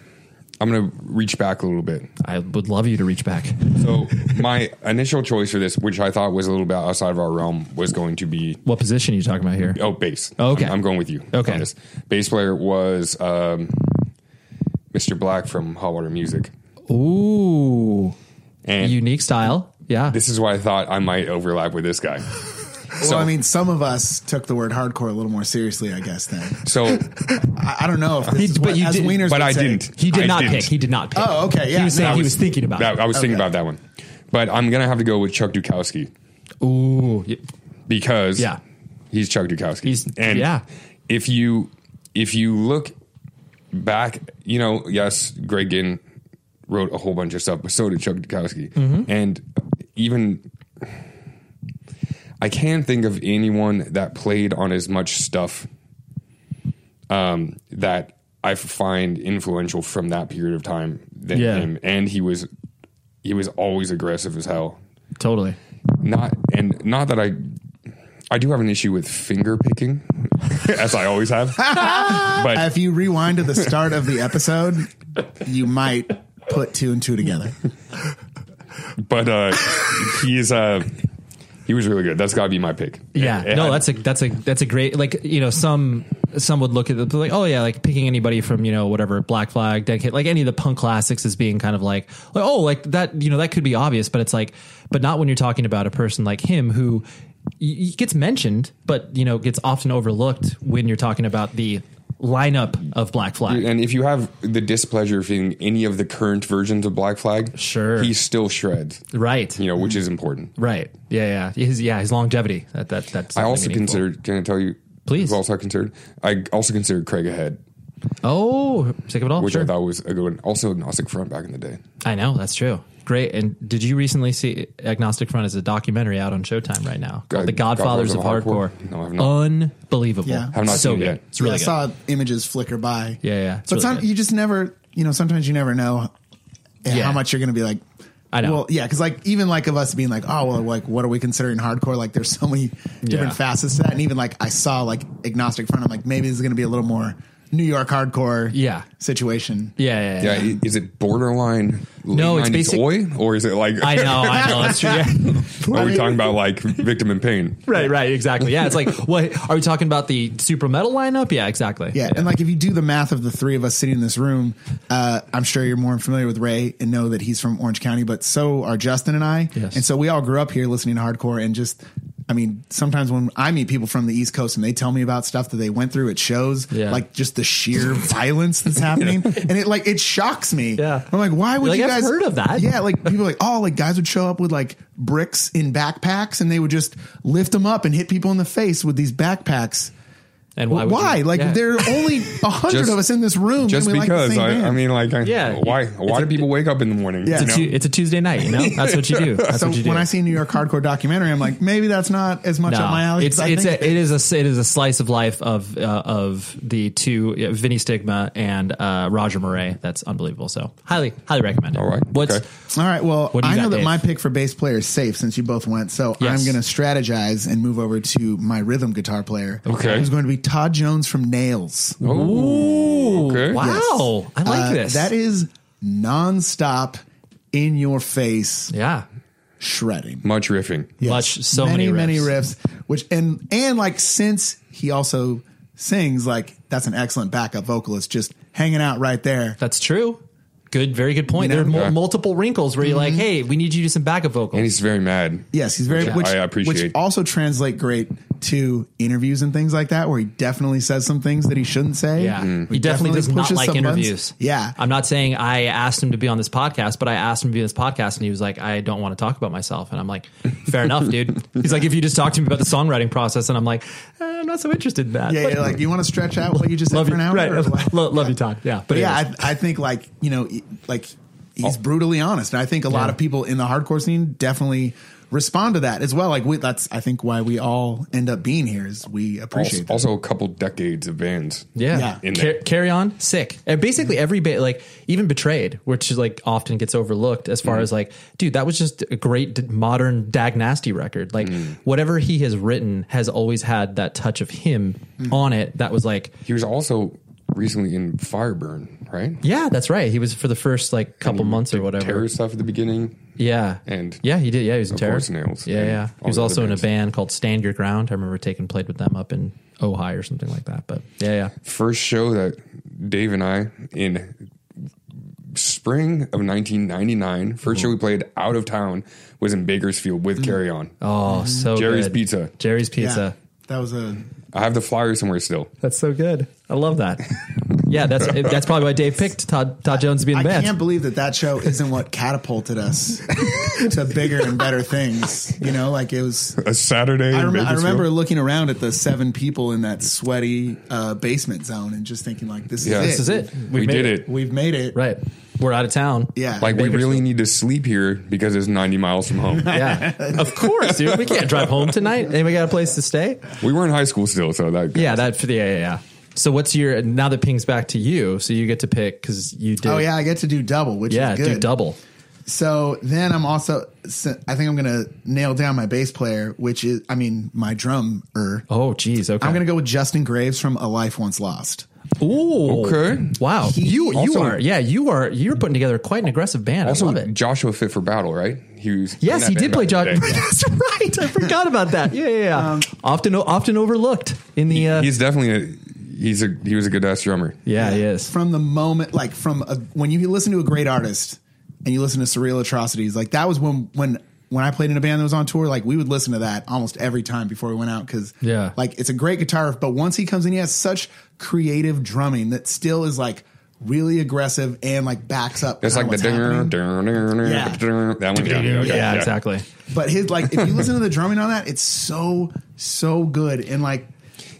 [SPEAKER 6] I'm gonna reach back a little bit.
[SPEAKER 4] I would love you to reach back.
[SPEAKER 6] So my initial choice for this, which I thought was a little bit outside of our realm, was going to be
[SPEAKER 4] What position are you talking about here?
[SPEAKER 6] oh bass.
[SPEAKER 4] Oh, okay.
[SPEAKER 6] I'm, I'm going with you.
[SPEAKER 4] Okay.
[SPEAKER 6] on this bass player was um, Mr. Black from Hot Water Music.
[SPEAKER 4] Ooh. Unique style. Yeah.
[SPEAKER 6] This is why I thought I might overlap with this guy.
[SPEAKER 7] well, I mean, some of us took the word hardcore a little more seriously, I guess. Then
[SPEAKER 6] So
[SPEAKER 7] I, I don't know if this is what, as Wieners
[SPEAKER 6] but
[SPEAKER 7] would
[SPEAKER 6] I
[SPEAKER 7] say.
[SPEAKER 6] didn't. I
[SPEAKER 4] not
[SPEAKER 7] pick. Oh, okay, He yeah, was saying no. he was thinking about
[SPEAKER 6] that.
[SPEAKER 7] it.
[SPEAKER 6] I was thinking
[SPEAKER 7] Okay.
[SPEAKER 6] about that one, but I'm gonna have to go with Chuck Dukowski.
[SPEAKER 4] Ooh,
[SPEAKER 6] because
[SPEAKER 4] Yeah.
[SPEAKER 6] he's Chuck Dukowski. and
[SPEAKER 4] yeah.
[SPEAKER 6] if you if you look back, you know, yes, Greg Ginn wrote a whole bunch of stuff, but so did Chuck Dukowski,
[SPEAKER 4] Mhm.
[SPEAKER 6] and even. I can't think of anyone that played on as much stuff um, that I find influential from that period of time than
[SPEAKER 4] Yeah.
[SPEAKER 6] him. And he was he was always aggressive as hell.
[SPEAKER 4] Totally.
[SPEAKER 6] Not and not that I I do have an issue with finger picking, *laughs* as I always
[SPEAKER 7] *laughs*
[SPEAKER 6] have. but
[SPEAKER 7] if you rewind to the start of the episode, you might put two and two together.
[SPEAKER 6] But uh, he is uh, he was really good. That's got to be my pick.
[SPEAKER 4] Yeah,
[SPEAKER 6] It- it
[SPEAKER 4] no,
[SPEAKER 6] had-
[SPEAKER 4] that's a that's a that's a great like you know some some would look at the like oh yeah like picking anybody from you know whatever Black Flag Dead Kid like any of the punk classics as being kind of like like, oh like that you know that could be obvious but it's like but not when you're talking about a person like him who y- y- gets mentioned but you know gets often overlooked when you're talking about the lineup of Black Flag
[SPEAKER 6] And if you have the displeasure of in any of the current versions of Black Flag, sure, he still shreds,
[SPEAKER 4] right?
[SPEAKER 6] You know, which is important.
[SPEAKER 4] right yeah yeah his yeah his longevity that that that's
[SPEAKER 6] I
[SPEAKER 4] something
[SPEAKER 6] also
[SPEAKER 4] meaningful.
[SPEAKER 6] considered. Can I tell you? Please. Also considered. I also considered Craig ahead.
[SPEAKER 4] oh sick of it all
[SPEAKER 6] which
[SPEAKER 4] sure.
[SPEAKER 6] I thought was a good one. Also, Agnostic Front back in the day.
[SPEAKER 4] I know that's true. Great. And did you recently see Agnostic Front is a documentary out on Showtime right now called
[SPEAKER 6] God-
[SPEAKER 4] The Godfathers, of Hardcore?
[SPEAKER 6] No, I've not.
[SPEAKER 4] Unbelievable.
[SPEAKER 7] Yeah,
[SPEAKER 4] so good. It's really
[SPEAKER 7] Yeah,
[SPEAKER 4] good.
[SPEAKER 7] I saw images flicker by.
[SPEAKER 4] yeah, yeah. It's
[SPEAKER 7] but
[SPEAKER 4] really
[SPEAKER 7] some,
[SPEAKER 4] good.
[SPEAKER 7] you just never, you know, sometimes you never know eh,
[SPEAKER 4] Yeah.
[SPEAKER 7] how much you're going to be like.
[SPEAKER 4] I know.
[SPEAKER 7] Well, yeah, because like even like of us being like, oh well, like what are we considering hardcore? Like there's so many different
[SPEAKER 4] Yeah.
[SPEAKER 7] facets to that, and even like I saw like agnostic front. I'm like maybe this is going to be a little more New York hardcore.
[SPEAKER 4] Yeah.
[SPEAKER 7] Situation.
[SPEAKER 4] Yeah, yeah, yeah.
[SPEAKER 6] i- Is it borderline? late
[SPEAKER 7] No, it's
[SPEAKER 6] 90s
[SPEAKER 7] basic-
[SPEAKER 6] oi, or is it like?
[SPEAKER 4] I know, I know, that's true,
[SPEAKER 6] *laughs* Are we talking about like victim in pain?
[SPEAKER 4] Right, right, exactly. Yeah, it's like *laughs* what are we talking about the super metal lineup? Yeah, exactly.
[SPEAKER 7] Yeah, and like if you do the math of the three of us sitting in this room, uh, I'm sure you're more familiar with Ray and know that he's from Orange County, but so are Justin and I.
[SPEAKER 4] Yes.
[SPEAKER 7] And so we all grew up here listening to hardcore and just I mean, sometimes when I meet people from the East Coast and they tell me about stuff that they went through, it shows
[SPEAKER 4] Yeah.
[SPEAKER 7] like just the sheer *laughs* violence that's
[SPEAKER 4] *laughs*
[SPEAKER 7] happening. And it like it shocks me. Yeah. I'm like, why would
[SPEAKER 4] You're like,
[SPEAKER 7] you guys
[SPEAKER 4] "I've heard of that."
[SPEAKER 7] Yeah, like people are like, oh, like guys would show up with like bricks in backpacks and they would just lift them up and hit people in the face with these backpacks.
[SPEAKER 4] And
[SPEAKER 7] why?
[SPEAKER 4] why would you-
[SPEAKER 7] Like
[SPEAKER 4] yeah.
[SPEAKER 7] there are only
[SPEAKER 4] *laughs*
[SPEAKER 7] a hundred
[SPEAKER 6] Just-
[SPEAKER 7] of us in this room. and
[SPEAKER 6] Just
[SPEAKER 7] we like the
[SPEAKER 6] because
[SPEAKER 7] same
[SPEAKER 6] I, I
[SPEAKER 7] band.
[SPEAKER 6] mean, like, I,
[SPEAKER 7] Yeah.
[SPEAKER 6] why? Why do people wake up in the morning?
[SPEAKER 7] Yeah.
[SPEAKER 6] you
[SPEAKER 7] It's a
[SPEAKER 6] know?
[SPEAKER 4] It's a Tuesday night,
[SPEAKER 6] *laughs*
[SPEAKER 4] you know? That's what you do. That's
[SPEAKER 7] so
[SPEAKER 4] what you do.
[SPEAKER 7] when I see New York hardcore documentary, I'm like, maybe that's not as much
[SPEAKER 4] No,
[SPEAKER 7] up my alley.
[SPEAKER 4] It's
[SPEAKER 7] as I
[SPEAKER 4] it's
[SPEAKER 7] think
[SPEAKER 4] a, it is a it is a slice of life of uh, of the two uh, Vinny Stigma and uh, Roger Murray. That's unbelievable. So highly highly recommend it. All right, what's
[SPEAKER 7] All right. Well,
[SPEAKER 4] What do you
[SPEAKER 7] I
[SPEAKER 4] got,
[SPEAKER 7] know that
[SPEAKER 4] Dave?
[SPEAKER 7] my pick for bass player is safe since you both went. So
[SPEAKER 4] Yes.
[SPEAKER 7] I'm going to strategize and move over to my rhythm guitar player.
[SPEAKER 4] Okay.
[SPEAKER 7] Who's going to be Todd Jones from Nails. Uh,
[SPEAKER 4] Ooh. Okay. Wow, I like this.
[SPEAKER 7] That is nonstop in your face.
[SPEAKER 4] Yeah.
[SPEAKER 7] Shredding.
[SPEAKER 6] much riffing?
[SPEAKER 4] much so many,
[SPEAKER 7] many, riffs. Which and and like since he also sings, like that's an excellent backup vocalist just hanging out right there.
[SPEAKER 4] That's true. good, very good point.
[SPEAKER 6] You know?
[SPEAKER 4] there are mul-
[SPEAKER 6] Yeah. Mm-hmm.
[SPEAKER 4] multiple wrinkles where you're like, hey, we need you to do some backup vocals.
[SPEAKER 6] And he's very mad.
[SPEAKER 7] Yes, he's very.
[SPEAKER 6] Which I-
[SPEAKER 7] Which,
[SPEAKER 6] I
[SPEAKER 7] Which
[SPEAKER 6] appreciate.
[SPEAKER 7] also translate great to interviews and things like that, where he definitely says some things that he shouldn't say.
[SPEAKER 4] Yeah.
[SPEAKER 7] He
[SPEAKER 4] He definitely, does not
[SPEAKER 7] pushes
[SPEAKER 4] like
[SPEAKER 7] some buttons.
[SPEAKER 4] interviews.
[SPEAKER 7] Yeah.
[SPEAKER 4] I'm not saying I asked him to be on this podcast, but I asked him to be on this podcast and he was like, I don't want to talk about myself. And I'm like, fair enough,
[SPEAKER 7] *laughs*
[SPEAKER 4] dude. He's like, if you just talk to me about the songwriting process, and I'm like, eh, I'm not so interested in that.
[SPEAKER 7] Yeah, yeah, like you want to stretch out what you just said
[SPEAKER 4] love
[SPEAKER 7] for an
[SPEAKER 4] you,
[SPEAKER 7] hour.
[SPEAKER 4] right?
[SPEAKER 7] Or what?
[SPEAKER 4] *laughs* Lo- love you, Todd. Yeah,
[SPEAKER 7] But yeah,
[SPEAKER 4] anyways.
[SPEAKER 7] I, I think like you know, e- like he's
[SPEAKER 6] Oh.
[SPEAKER 7] brutally honest, and I think a lot
[SPEAKER 4] Yeah.
[SPEAKER 7] of people in the hardcore scene definitely respond to that as well. Like we, that's I think why we all end up being here is we appreciate.
[SPEAKER 6] also, also a couple decades of bands.
[SPEAKER 4] Yeah.
[SPEAKER 6] in
[SPEAKER 4] Car-
[SPEAKER 6] there.
[SPEAKER 4] carry on. Sick. And basically every ba- like even betrayed, which is like often gets overlooked as
[SPEAKER 6] Mm-hmm.
[SPEAKER 4] far as like, dude, that was just a great d- modern Dag Nasty record. Like
[SPEAKER 6] Mm-hmm.
[SPEAKER 4] whatever he has written has always had that touch of him on it. That was like
[SPEAKER 6] he was also recently in Fireburn, right?
[SPEAKER 4] Yeah, that's right. He was for the first like couple months or whatever.
[SPEAKER 6] Terror stuff at the beginning.
[SPEAKER 4] Yeah.
[SPEAKER 6] And
[SPEAKER 4] yeah, he did. Yeah, he was in
[SPEAKER 6] Of
[SPEAKER 4] terror.
[SPEAKER 6] course, Nails.
[SPEAKER 4] Yeah,
[SPEAKER 6] And
[SPEAKER 4] yeah.
[SPEAKER 6] all
[SPEAKER 4] He was
[SPEAKER 6] the
[SPEAKER 4] also
[SPEAKER 6] other
[SPEAKER 4] in a
[SPEAKER 6] bands.
[SPEAKER 4] band called Stand Your Ground. I remember taking played with them up in Ojai or something like that. But yeah, yeah.
[SPEAKER 6] First show that Dave and I in spring of 1999. First
[SPEAKER 4] Mm-hmm.
[SPEAKER 6] show we played out of town was in Bakersfield
[SPEAKER 7] Mm.
[SPEAKER 6] with Carry On.
[SPEAKER 7] Mm-hmm.
[SPEAKER 4] Oh, so
[SPEAKER 6] Jerry's
[SPEAKER 4] good.
[SPEAKER 6] Pizza.
[SPEAKER 4] Jerry's
[SPEAKER 7] Yeah.
[SPEAKER 4] Pizza.
[SPEAKER 7] that was a
[SPEAKER 6] I have the flyer somewhere still.
[SPEAKER 4] That's so good. I love that. yeah, that's that's probably why Dave picked Todd Todd Jones to be in the
[SPEAKER 7] I
[SPEAKER 4] band.
[SPEAKER 7] can't believe that that
[SPEAKER 4] *laughs*
[SPEAKER 7] show isn't what catapulted us *laughs* to bigger and better things. You know, like it was
[SPEAKER 6] a Saturday.
[SPEAKER 7] I,
[SPEAKER 6] in
[SPEAKER 7] rem- I
[SPEAKER 6] Bakersfield.
[SPEAKER 7] remember looking around at the seven people in that sweaty uh, basement zone and just thinking, like, this
[SPEAKER 6] Yeah.
[SPEAKER 7] is it.
[SPEAKER 6] This is it. We
[SPEAKER 7] made
[SPEAKER 6] did it.
[SPEAKER 7] We've made it.
[SPEAKER 4] Right. We're out of town.
[SPEAKER 7] Yeah.
[SPEAKER 6] Like we really need to sleep here because it's 90 miles from
[SPEAKER 7] *laughs*
[SPEAKER 6] home.
[SPEAKER 4] yeah, of course, dude. We can't drive home tonight. Anybody got a place to stay?
[SPEAKER 6] We were in high school still, so that
[SPEAKER 4] Yeah, that. Yeah, yeah, yeah. So what's your now that pings back to you? So you get to pick because you did.
[SPEAKER 7] Oh, yeah. I get to do double, which
[SPEAKER 4] yeah,
[SPEAKER 7] is good.
[SPEAKER 4] do double.
[SPEAKER 7] So then I'm also, so I think I'm going to nail down my bass player, which is, I mean, my drummer.
[SPEAKER 4] Oh, geez. Okay.
[SPEAKER 7] I'm going to go with Justin Graves from A Life Once Lost.
[SPEAKER 4] Ooh.
[SPEAKER 6] Okay.
[SPEAKER 4] Wow. you you
[SPEAKER 6] Also-
[SPEAKER 4] are yeah you are you're putting together quite an aggressive band. I
[SPEAKER 6] Also,
[SPEAKER 4] love it.
[SPEAKER 6] Joshua fit for battle, right? He was
[SPEAKER 4] Yes, he
[SPEAKER 6] in that
[SPEAKER 4] did play
[SPEAKER 6] band back
[SPEAKER 4] Joshua.
[SPEAKER 6] in the
[SPEAKER 4] *laughs*
[SPEAKER 6] day.
[SPEAKER 4] That's right. I forgot about that. Yeah, yeah, yeah. often often overlooked in the. Uh,
[SPEAKER 6] He's definitely a, he's a he was a good ass drummer.
[SPEAKER 4] yeah, he is.
[SPEAKER 7] From the moment, like from a, when you listen to a great artist and you listen to Surreal Atrocities, like that was when when when I played in a band that was on tour, like we would listen to that almost every time before we went out because
[SPEAKER 4] Yeah.
[SPEAKER 7] like it's a great guitar riff. But once he comes in, he has such creative drumming that still is like really aggressive and like backs up.
[SPEAKER 6] It's
[SPEAKER 7] kinda
[SPEAKER 6] like
[SPEAKER 7] what's
[SPEAKER 6] the dinger,
[SPEAKER 7] happening.
[SPEAKER 6] dinger, dinger,
[SPEAKER 7] Yeah.
[SPEAKER 6] dinger, that one. Yeah, yeah, okay, yeah.
[SPEAKER 4] exactly.
[SPEAKER 7] But his like if you listen to the drumming on that, it's so so good and like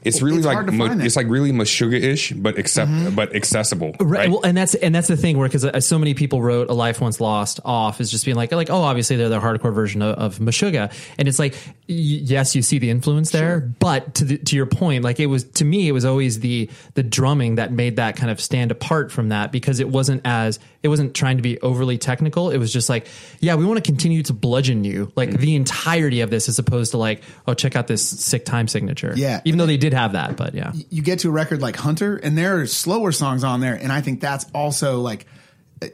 [SPEAKER 6] It's really
[SPEAKER 7] hard
[SPEAKER 6] like
[SPEAKER 7] to
[SPEAKER 6] mo-
[SPEAKER 7] find Mm-hmm. that.
[SPEAKER 6] it's like really Meshuggah ish, but accept but accessible.
[SPEAKER 4] Right.
[SPEAKER 6] Right.
[SPEAKER 4] Well, and that's and that's the thing where because so many people wrote "A Life Once Lost" off as just being like, like, oh, obviously they're the hardcore version of, of Meshuggah, and it's like, y- yes, you see the influence there, but to the, to your point, like it was to me, it was always the the drumming that made that kind of stand apart from that because it wasn't as it wasn't trying to be overly technical. It was just like, yeah, we want to continue to bludgeon you like the entirety of this, as opposed to like, oh, check out this sick time signature.
[SPEAKER 7] Yeah.
[SPEAKER 4] even though they did have that, but yeah,
[SPEAKER 7] you get to a record like Hunter, and there are slower songs on there, and I think that's also like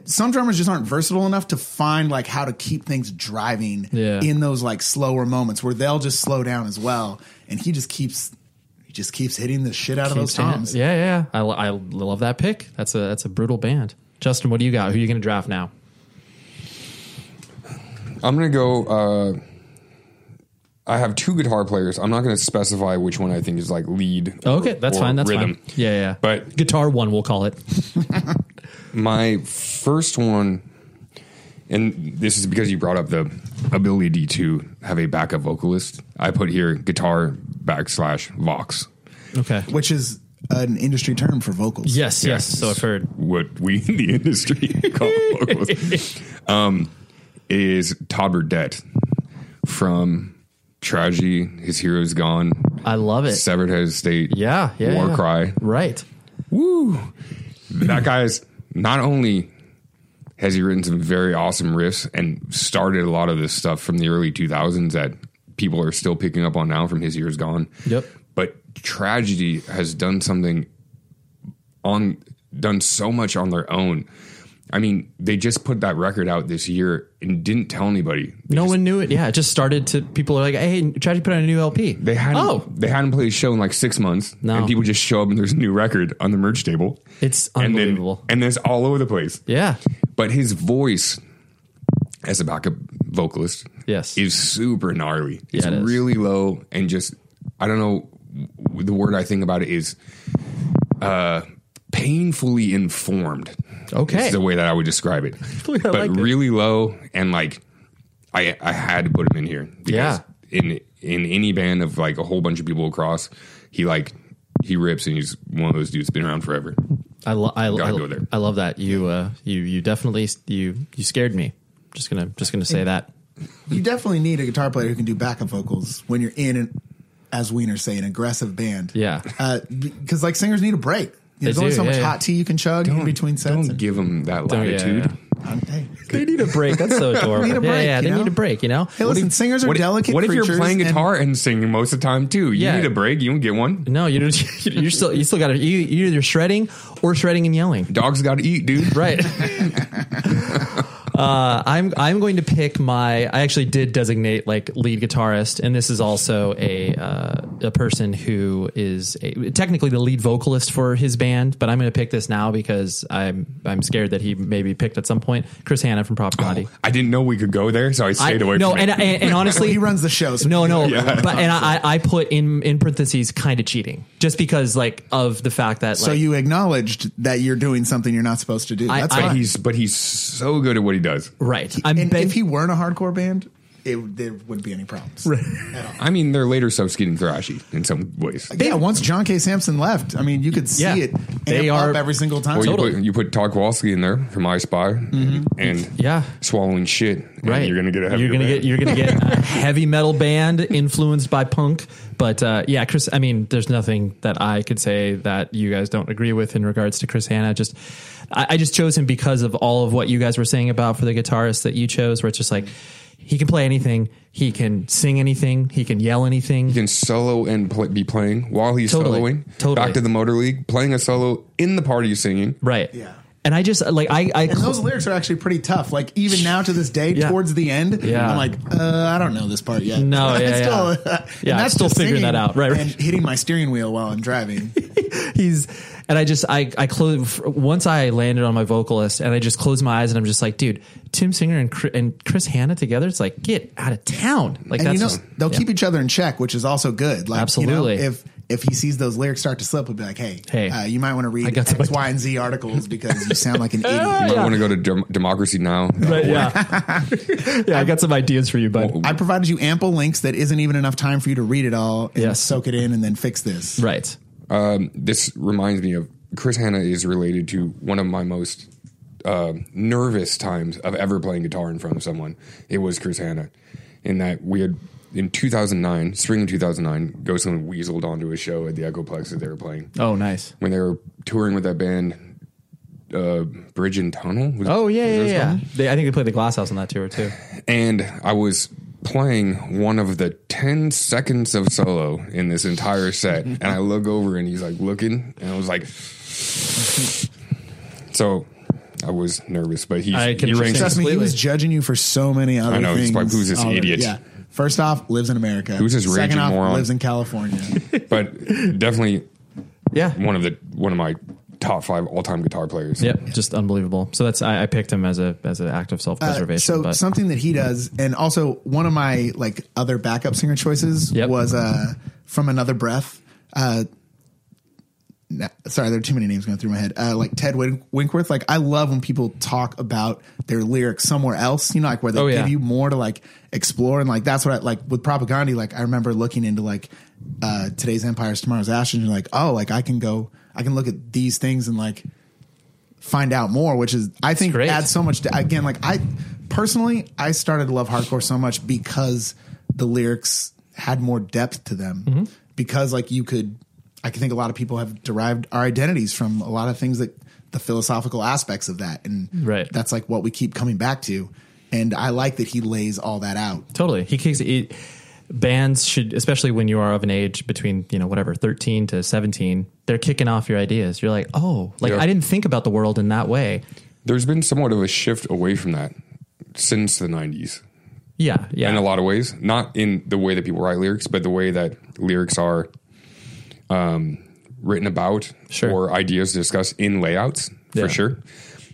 [SPEAKER 7] some drummers just aren't versatile enough to find like how to keep things driving
[SPEAKER 4] Yeah.
[SPEAKER 7] in those like slower moments where they'll just slow down as well, and he just keeps he just keeps hitting the shit out of those
[SPEAKER 4] Keeps hitting it.
[SPEAKER 7] toms.
[SPEAKER 4] Yeah, yeah. I, lo- I love that pick. That's a that's a brutal band. Justin, what do you got? Who are you going to draft now?
[SPEAKER 6] I'm gonna go. Uh, I have two guitar players. I'm not gonna specify which one I think is like lead. or-
[SPEAKER 4] Okay, that's
[SPEAKER 6] Oh, or
[SPEAKER 4] fine. That's
[SPEAKER 6] rhythm.
[SPEAKER 4] fine. Yeah, yeah.
[SPEAKER 6] But
[SPEAKER 4] guitar one, we'll call it.
[SPEAKER 6] *laughs* my first one, and this is because you brought up the ability to have a backup vocalist. I put here guitar backslash vox.
[SPEAKER 4] Okay.
[SPEAKER 7] Which is an industry term for vocals.
[SPEAKER 4] Yes, yes. So I've heard.
[SPEAKER 6] What we in the industry *laughs*
[SPEAKER 4] *laughs*
[SPEAKER 6] call vocals um, is Todd Burdette from Tragedy, His Hero's Gone.
[SPEAKER 4] I love it.
[SPEAKER 6] Severed Head of State.
[SPEAKER 4] Yeah, yeah.
[SPEAKER 6] War
[SPEAKER 4] yeah.
[SPEAKER 6] Cry.
[SPEAKER 4] Right.
[SPEAKER 6] Woo! That guy's not only has he written some very awesome riffs and started a lot of this stuff from the early 2000s that people are still picking up on now from his years gone.
[SPEAKER 4] Yep.
[SPEAKER 6] But tragedy has done something on done so much on their own. I mean, they just put that record out this year and didn't tell anybody.
[SPEAKER 4] No one knew it. Yeah, it just started to people are like, hey, Tragedy put out a new LP.
[SPEAKER 6] They hadn't
[SPEAKER 4] Oh,
[SPEAKER 6] they hadn't played a show in like six months,
[SPEAKER 4] No.
[SPEAKER 6] and people just show up and there's a new record on the merch table.
[SPEAKER 4] it's
[SPEAKER 6] And
[SPEAKER 4] unbelievable.
[SPEAKER 6] then, and it's all over the place.
[SPEAKER 4] yeah.
[SPEAKER 6] But his voice as a backup vocalist
[SPEAKER 4] yes.
[SPEAKER 6] is super gnarly. It's
[SPEAKER 4] it is.
[SPEAKER 6] really low and just I don't know w- the word I think about it is uh painfully informed.
[SPEAKER 4] Okay.
[SPEAKER 6] Is the way that I would describe it.
[SPEAKER 4] *laughs* I
[SPEAKER 6] but
[SPEAKER 4] like it.
[SPEAKER 6] really low and like I I had to put him in here.
[SPEAKER 4] Yeah.
[SPEAKER 6] In in any band of like a whole bunch of people across, he like he rips and he's one of those dudes been around forever.
[SPEAKER 4] I, lo- I,
[SPEAKER 6] Gotta
[SPEAKER 4] I,
[SPEAKER 6] go there.
[SPEAKER 4] I love that you uh, you you definitely you you scared me. Just gonna just gonna say that.
[SPEAKER 7] You definitely need a guitar player who can do backup vocals when you're in, an, as Wiener say, an aggressive band.
[SPEAKER 4] Yeah.
[SPEAKER 7] Uh, Because like singers need a break.
[SPEAKER 6] They
[SPEAKER 7] There's only
[SPEAKER 6] do,
[SPEAKER 7] so much
[SPEAKER 6] yeah, yeah.
[SPEAKER 7] hot tea you can chug in between sets.
[SPEAKER 6] Don't give him that
[SPEAKER 4] Don't- yeah,
[SPEAKER 6] latitude.
[SPEAKER 4] *laughs* They need a break.
[SPEAKER 7] *laughs*
[SPEAKER 4] That's so adorable.
[SPEAKER 7] Need a
[SPEAKER 4] yeah,
[SPEAKER 7] break,
[SPEAKER 4] yeah.
[SPEAKER 7] you
[SPEAKER 4] They
[SPEAKER 7] know?
[SPEAKER 4] need a break. You know.
[SPEAKER 7] Hey, listen, singers are
[SPEAKER 6] what if-
[SPEAKER 7] delicate.
[SPEAKER 6] what if you're
[SPEAKER 7] creatures
[SPEAKER 6] playing
[SPEAKER 7] and-
[SPEAKER 6] guitar and, singing most of the time too? You
[SPEAKER 4] Yeah.
[SPEAKER 6] need a break. You don't get one.
[SPEAKER 4] No, you don't. *laughs* You're still you still got to you you're either shredding or shredding and yelling.
[SPEAKER 6] Dogs got to eat, dude. *laughs*
[SPEAKER 4] Right. uh, I'm I'm going to pick my. I actually did designate like lead guitarist, and this is also a uh, a person who is a, technically the lead vocalist for his band. But I'm going to pick this now because I'm I'm scared that he may be picked at some point. Chris Hanna from Prop Body.
[SPEAKER 6] I didn't know we could go there, so I stayed
[SPEAKER 4] I-
[SPEAKER 6] away.
[SPEAKER 4] no,
[SPEAKER 6] from
[SPEAKER 4] and,
[SPEAKER 6] it.
[SPEAKER 4] and, and honestly,
[SPEAKER 7] he runs the shows.
[SPEAKER 4] No, no,
[SPEAKER 6] Oh, Yeah.
[SPEAKER 4] but and I, I put in in parentheses kind of cheating, just because like of the fact that
[SPEAKER 7] So
[SPEAKER 4] like,
[SPEAKER 7] you acknowledged that you're doing something you're not supposed to do.
[SPEAKER 4] I-
[SPEAKER 7] That's
[SPEAKER 4] I-
[SPEAKER 7] fine.
[SPEAKER 6] he's but he's so good at what he does.
[SPEAKER 4] right.
[SPEAKER 7] and if he weren't a hardcore band, it, there wouldn't be any problems.
[SPEAKER 6] I mean, their later stuff's getting thrashy in some ways.
[SPEAKER 7] yeah, once John K. Sampson left, I mean, you could see
[SPEAKER 6] Yeah.
[SPEAKER 7] it.
[SPEAKER 6] They
[SPEAKER 7] amp
[SPEAKER 6] are-
[SPEAKER 7] up every single time.
[SPEAKER 6] Well, you put you put Todd Kowalski in there from I Spy, and
[SPEAKER 4] Mm-hmm. yeah,
[SPEAKER 6] swallowing shit. and
[SPEAKER 4] Right.
[SPEAKER 6] you're gonna get a heavy
[SPEAKER 4] You're gonna
[SPEAKER 6] band.
[SPEAKER 4] get you're gonna
[SPEAKER 7] *laughs*
[SPEAKER 4] get a heavy metal band influenced by punk. But uh, yeah, Chris. I mean, there's nothing that I could say that you guys don't agree with in regards to Chris Hanna. Just I, I just chose him because of all of what you guys were saying about for the guitarist that you chose, where it's just like he can play anything, he can sing anything, he can yell anything. He
[SPEAKER 6] can solo and play, be playing while he's
[SPEAKER 4] Totally.
[SPEAKER 6] soloing.
[SPEAKER 4] Totally.
[SPEAKER 6] Back to the Motor League, playing a solo in the party singing.
[SPEAKER 4] Right. Yeah. And I just like I I *laughs*
[SPEAKER 7] And those lyrics are actually pretty tough. Like even now to this day, towards the end,
[SPEAKER 4] Yeah.
[SPEAKER 7] I'm like, uh, I don't know this part yet. *laughs*
[SPEAKER 4] No, yeah,
[SPEAKER 7] It's
[SPEAKER 4] yeah.
[SPEAKER 7] and
[SPEAKER 4] Yeah, I'm
[SPEAKER 7] that's
[SPEAKER 4] still
[SPEAKER 7] just
[SPEAKER 4] figuring that
[SPEAKER 7] singing
[SPEAKER 4] out. Right, right.
[SPEAKER 7] and hitting my steering wheel while I'm driving.
[SPEAKER 4] *laughs* he's and I just I I close once I landed on my vocalist and I just closed my eyes and I'm just like, dude, Tim Singer and Chris, and Chris Hanna together, it's like get out of town. *laughs* Like
[SPEAKER 7] and
[SPEAKER 4] that's
[SPEAKER 7] you know, they'll keep each other in check, which is also good. Like,
[SPEAKER 4] Absolutely.
[SPEAKER 7] You know, if if he sees those lyrics start to slip, he'll be like, "Hey,
[SPEAKER 4] Hey.
[SPEAKER 7] uh, you might want to read
[SPEAKER 4] I got
[SPEAKER 7] X,
[SPEAKER 4] somebody-
[SPEAKER 7] Y, and Z articles because you sound
[SPEAKER 4] *laughs*
[SPEAKER 7] like an idiot."
[SPEAKER 6] You might want to go to Dem- Democracy Now.
[SPEAKER 4] Right,
[SPEAKER 6] *laughs*
[SPEAKER 4] yeah, yeah. I got some ideas for you, bud.
[SPEAKER 7] I provided you ample links that isn't even enough time for you to read it all and
[SPEAKER 4] Yes.
[SPEAKER 7] soak it in and then fix this.
[SPEAKER 4] Right.
[SPEAKER 6] Um, this reminds me of Chris Hanna is related to one of my most uh, nervous times of ever playing guitar in front of someone. It was Chris Hanna, in that we had in 2009, spring of 2009, Ghostland weaseled onto a show at the Echoplex that they were playing
[SPEAKER 4] Oh, nice.
[SPEAKER 6] when they were touring with that band, uh, Bridge and Tunnel. Was-
[SPEAKER 4] Oh yeah,
[SPEAKER 6] was
[SPEAKER 4] yeah,
[SPEAKER 6] that
[SPEAKER 4] yeah.
[SPEAKER 6] song?
[SPEAKER 4] They, I think they played the Glass House on that tour too.
[SPEAKER 6] and I was playing one of the 10 seconds of solo in this entire set and I look over and he's like looking and I was like so I was nervous but he
[SPEAKER 4] I can
[SPEAKER 6] he rang-
[SPEAKER 7] Trust me, he was judging you for so many other
[SPEAKER 6] I know,
[SPEAKER 7] things.
[SPEAKER 6] he's like, who's this
[SPEAKER 7] already.
[SPEAKER 6] idiot?
[SPEAKER 7] Yeah. First off, lives in America.
[SPEAKER 6] Who's this
[SPEAKER 7] Second
[SPEAKER 6] raging
[SPEAKER 7] off,
[SPEAKER 6] moron?
[SPEAKER 7] lives in California. Uh,
[SPEAKER 6] but definitely
[SPEAKER 4] yeah
[SPEAKER 6] one of the one of my top 5 all-time guitar players
[SPEAKER 4] Yep, just unbelievable. So that's I, I picked him as a as an act of self
[SPEAKER 7] Uh,
[SPEAKER 4] preservation.
[SPEAKER 7] so
[SPEAKER 4] but
[SPEAKER 7] something that he does, and also one of my like other backup singer choices was uh, from Another Breath. Uh, na- sorry, there are too many names going through my head. Uh, like Ted Win- Winkworth. Like I love when people talk about their lyrics somewhere else. You know, like where they
[SPEAKER 4] Oh, yeah.
[SPEAKER 7] give you more to like explore, and like that's what I like with propaganda. Like I remember looking into like uh, today's empires, tomorrow's ashes, and you're like, oh, like I can go, I can look at these things and like find out more, which is I think adds so much. To, again, like I personally, I started to love hardcore so much because the lyrics had more depth to them. Because like you could, I can think a lot of people have derived our identities from a lot of things that the philosophical aspects of that, and
[SPEAKER 4] Right.
[SPEAKER 7] that's like what we keep coming back to. And I like that he lays all that out.
[SPEAKER 4] Totally. He kicks it. Bands should, especially when you are of an age between, you know, whatever, 13 to 17, they're kicking off your ideas. You're like, oh, like
[SPEAKER 6] Yeah.
[SPEAKER 4] I didn't think about the world in that way.
[SPEAKER 6] there's been somewhat of a shift away from that since the 90s
[SPEAKER 4] Yeah. Yeah.
[SPEAKER 6] in a lot of ways. Not in the way that people write lyrics, but the way that lyrics are um, written about or ideas discussed in layouts
[SPEAKER 4] Yeah.
[SPEAKER 6] for sure.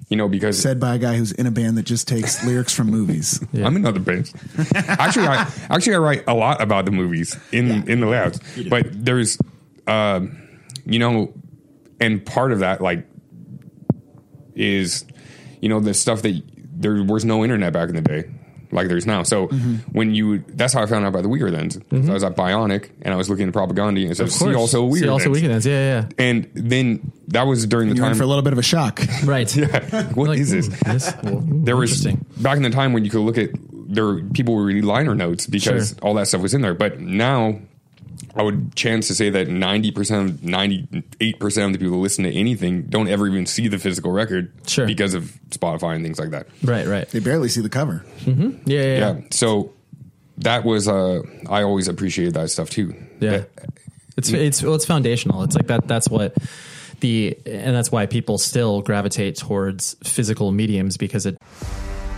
[SPEAKER 6] You know, because
[SPEAKER 7] Said by a guy who's in a band that just takes *laughs* lyrics from movies.
[SPEAKER 6] I'm another bitch. actually, I actually I write a lot about the movies in in the labs,
[SPEAKER 7] You do.
[SPEAKER 6] but there's, um, you know, and part of that like is, you know, the stuff that there was no internet back in the day, like there's now. So
[SPEAKER 13] Mm-hmm.
[SPEAKER 14] Mm-hmm.
[SPEAKER 15] Mhm.
[SPEAKER 6] when you, that's how I found out about the Uyghur then. I was at Bionic and I was looking at propaganda and it said,
[SPEAKER 4] Mm-hmm. Of
[SPEAKER 6] see
[SPEAKER 4] course.
[SPEAKER 6] also Uyghur.
[SPEAKER 4] See also
[SPEAKER 6] Thens."
[SPEAKER 4] Uyghur Thens. Yeah, yeah.
[SPEAKER 6] And then that was during the
[SPEAKER 7] You're in
[SPEAKER 6] time
[SPEAKER 7] for a little bit of a shock.
[SPEAKER 4] *laughs* Right.
[SPEAKER 6] yeah. What is this? *laughs* there was back in the time when you could look at there were- people were reading liner notes because
[SPEAKER 4] Sure.
[SPEAKER 6] all that stuff was in there. But now I would chance to say that ninety percent, ninety eight percent of the people who listen to anything don't ever even see the physical record
[SPEAKER 4] Sure.
[SPEAKER 6] because of Spotify and things like that.
[SPEAKER 4] Right, right.
[SPEAKER 7] They barely see the cover.
[SPEAKER 4] Mm-hmm. Yeah, yeah, yeah.
[SPEAKER 6] So that was uh I always appreciated that stuff too.
[SPEAKER 4] Yeah. It's
[SPEAKER 6] Mm.
[SPEAKER 4] it's well, it's foundational. It's like that. That's what the and that's why people still gravitate towards physical mediums because it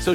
[SPEAKER 10] So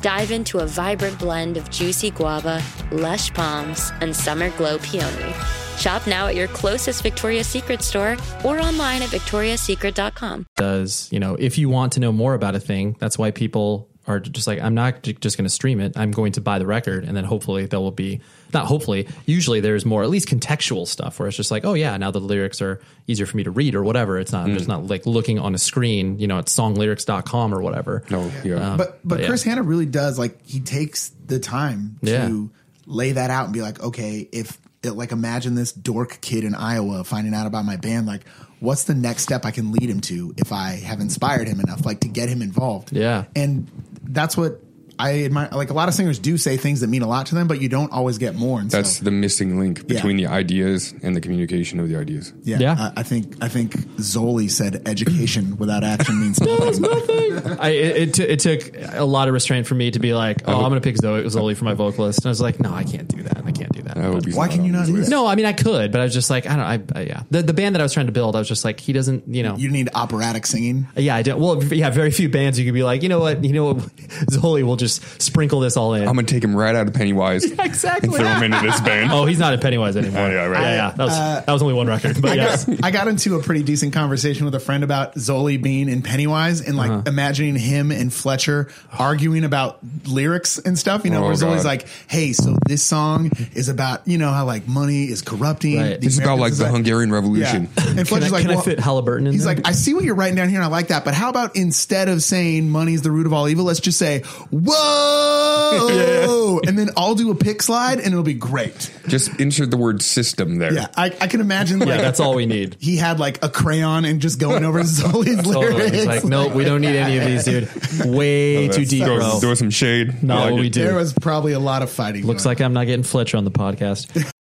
[SPEAKER 16] Dive into a vibrant blend of juicy guava, lush palms, and summer glow peony. Shop now at your closest Victoria's Secret store or online at victoriassecret.com.
[SPEAKER 4] does you know if you want to know more about a thing that's why people are just like i'm not j- just going to stream it i'm going to buy the record and then hopefully there will be not hopefully usually there's more at least contextual stuff where it's just like oh yeah now the lyrics are easier for me to read or whatever it's not i'm just not like looking on a screen you know at songlyrics.com or whatever Uh,
[SPEAKER 6] no
[SPEAKER 4] Um,
[SPEAKER 6] yeah
[SPEAKER 7] but but Chris Hanna really does like he takes the time to
[SPEAKER 4] Yeah.
[SPEAKER 7] lay that out and be like, okay, if it, like imagine this dork kid in Iowa finding out about my band, like what's the next step I can lead him to if I have inspired him enough, like to get him involved.
[SPEAKER 4] yeah
[SPEAKER 7] And that's what I admire. Like a lot of singers do say things that mean a lot to them, but you don't always get more. And
[SPEAKER 6] That's
[SPEAKER 7] so,
[SPEAKER 6] the missing link
[SPEAKER 7] Yeah.
[SPEAKER 6] between the ideas and the communication of the ideas.
[SPEAKER 7] yeah, I, I think I think Zoli said education without action means nothing.
[SPEAKER 4] I, it, it, t- it took a lot of restraint for me to be like, oh, I'm going to pick Zoe, Zoli for my vocalist. And I was like, no, I can't do that. I can't do that.
[SPEAKER 6] Why can you not do that?
[SPEAKER 4] No, I mean I could, but I was just like I don't. I, I yeah. The the band that I was trying to build, I was just like he doesn't. You know,
[SPEAKER 7] you need operatic singing.
[SPEAKER 4] Yeah, I don't. Well, yeah, very few bands you could be like, you know what, you know what, *laughs* Zoli will just sprinkle this all in.
[SPEAKER 6] I'm gonna take him right out of
[SPEAKER 4] *laughs*
[SPEAKER 6] Pennywise
[SPEAKER 4] exactly.
[SPEAKER 6] and throw him into this band.
[SPEAKER 4] Oh, he's not at Pennywise anymore.
[SPEAKER 6] yeah, right.
[SPEAKER 4] Yeah, yeah. That was
[SPEAKER 7] Uh,
[SPEAKER 4] that was only one record, *laughs* but
[SPEAKER 7] I,
[SPEAKER 4] yes.
[SPEAKER 7] got, I got into a pretty decent conversation with a friend about Zoli being in Pennywise and like
[SPEAKER 4] Uh-huh.
[SPEAKER 7] imagining him and Fletcher arguing about lyrics and stuff. You know,
[SPEAKER 6] Oh,
[SPEAKER 7] where Zoli's
[SPEAKER 6] God.
[SPEAKER 7] like, "Hey, so this song is about you know how like money is corrupting. the
[SPEAKER 6] It's about
[SPEAKER 7] American
[SPEAKER 6] like the
[SPEAKER 7] society."
[SPEAKER 6] Hungarian Revolution.
[SPEAKER 7] Yeah. And Fletcher's like, well,
[SPEAKER 4] Halliburton in
[SPEAKER 7] He's like, I see what you're writing down here, and I like that. But how about instead of saying money's the root of all evil, let's just say
[SPEAKER 6] *laughs*
[SPEAKER 7] whoa, and then I'll do a pick slide, and it'll be great.
[SPEAKER 6] Just insert the word system there.
[SPEAKER 7] Yeah, *laughs* I, I can imagine.
[SPEAKER 6] Yeah,
[SPEAKER 7] Like,
[SPEAKER 6] that's all we need.
[SPEAKER 7] He had like a crayon and just going over Zoli's
[SPEAKER 4] Totally.
[SPEAKER 7] lyrics.
[SPEAKER 4] He's like, nope, we don't need any of these, dude. Way
[SPEAKER 6] Oh,
[SPEAKER 4] too
[SPEAKER 6] that's-
[SPEAKER 4] deep,
[SPEAKER 6] throw-
[SPEAKER 4] bro.
[SPEAKER 6] throw some shade.
[SPEAKER 4] Not
[SPEAKER 6] I like
[SPEAKER 4] what we
[SPEAKER 6] it.
[SPEAKER 4] do.
[SPEAKER 7] There was probably a lot of fighting.
[SPEAKER 4] Looks like I'm not getting Fletcher on
[SPEAKER 7] *laughs*
[SPEAKER 4] the podcast.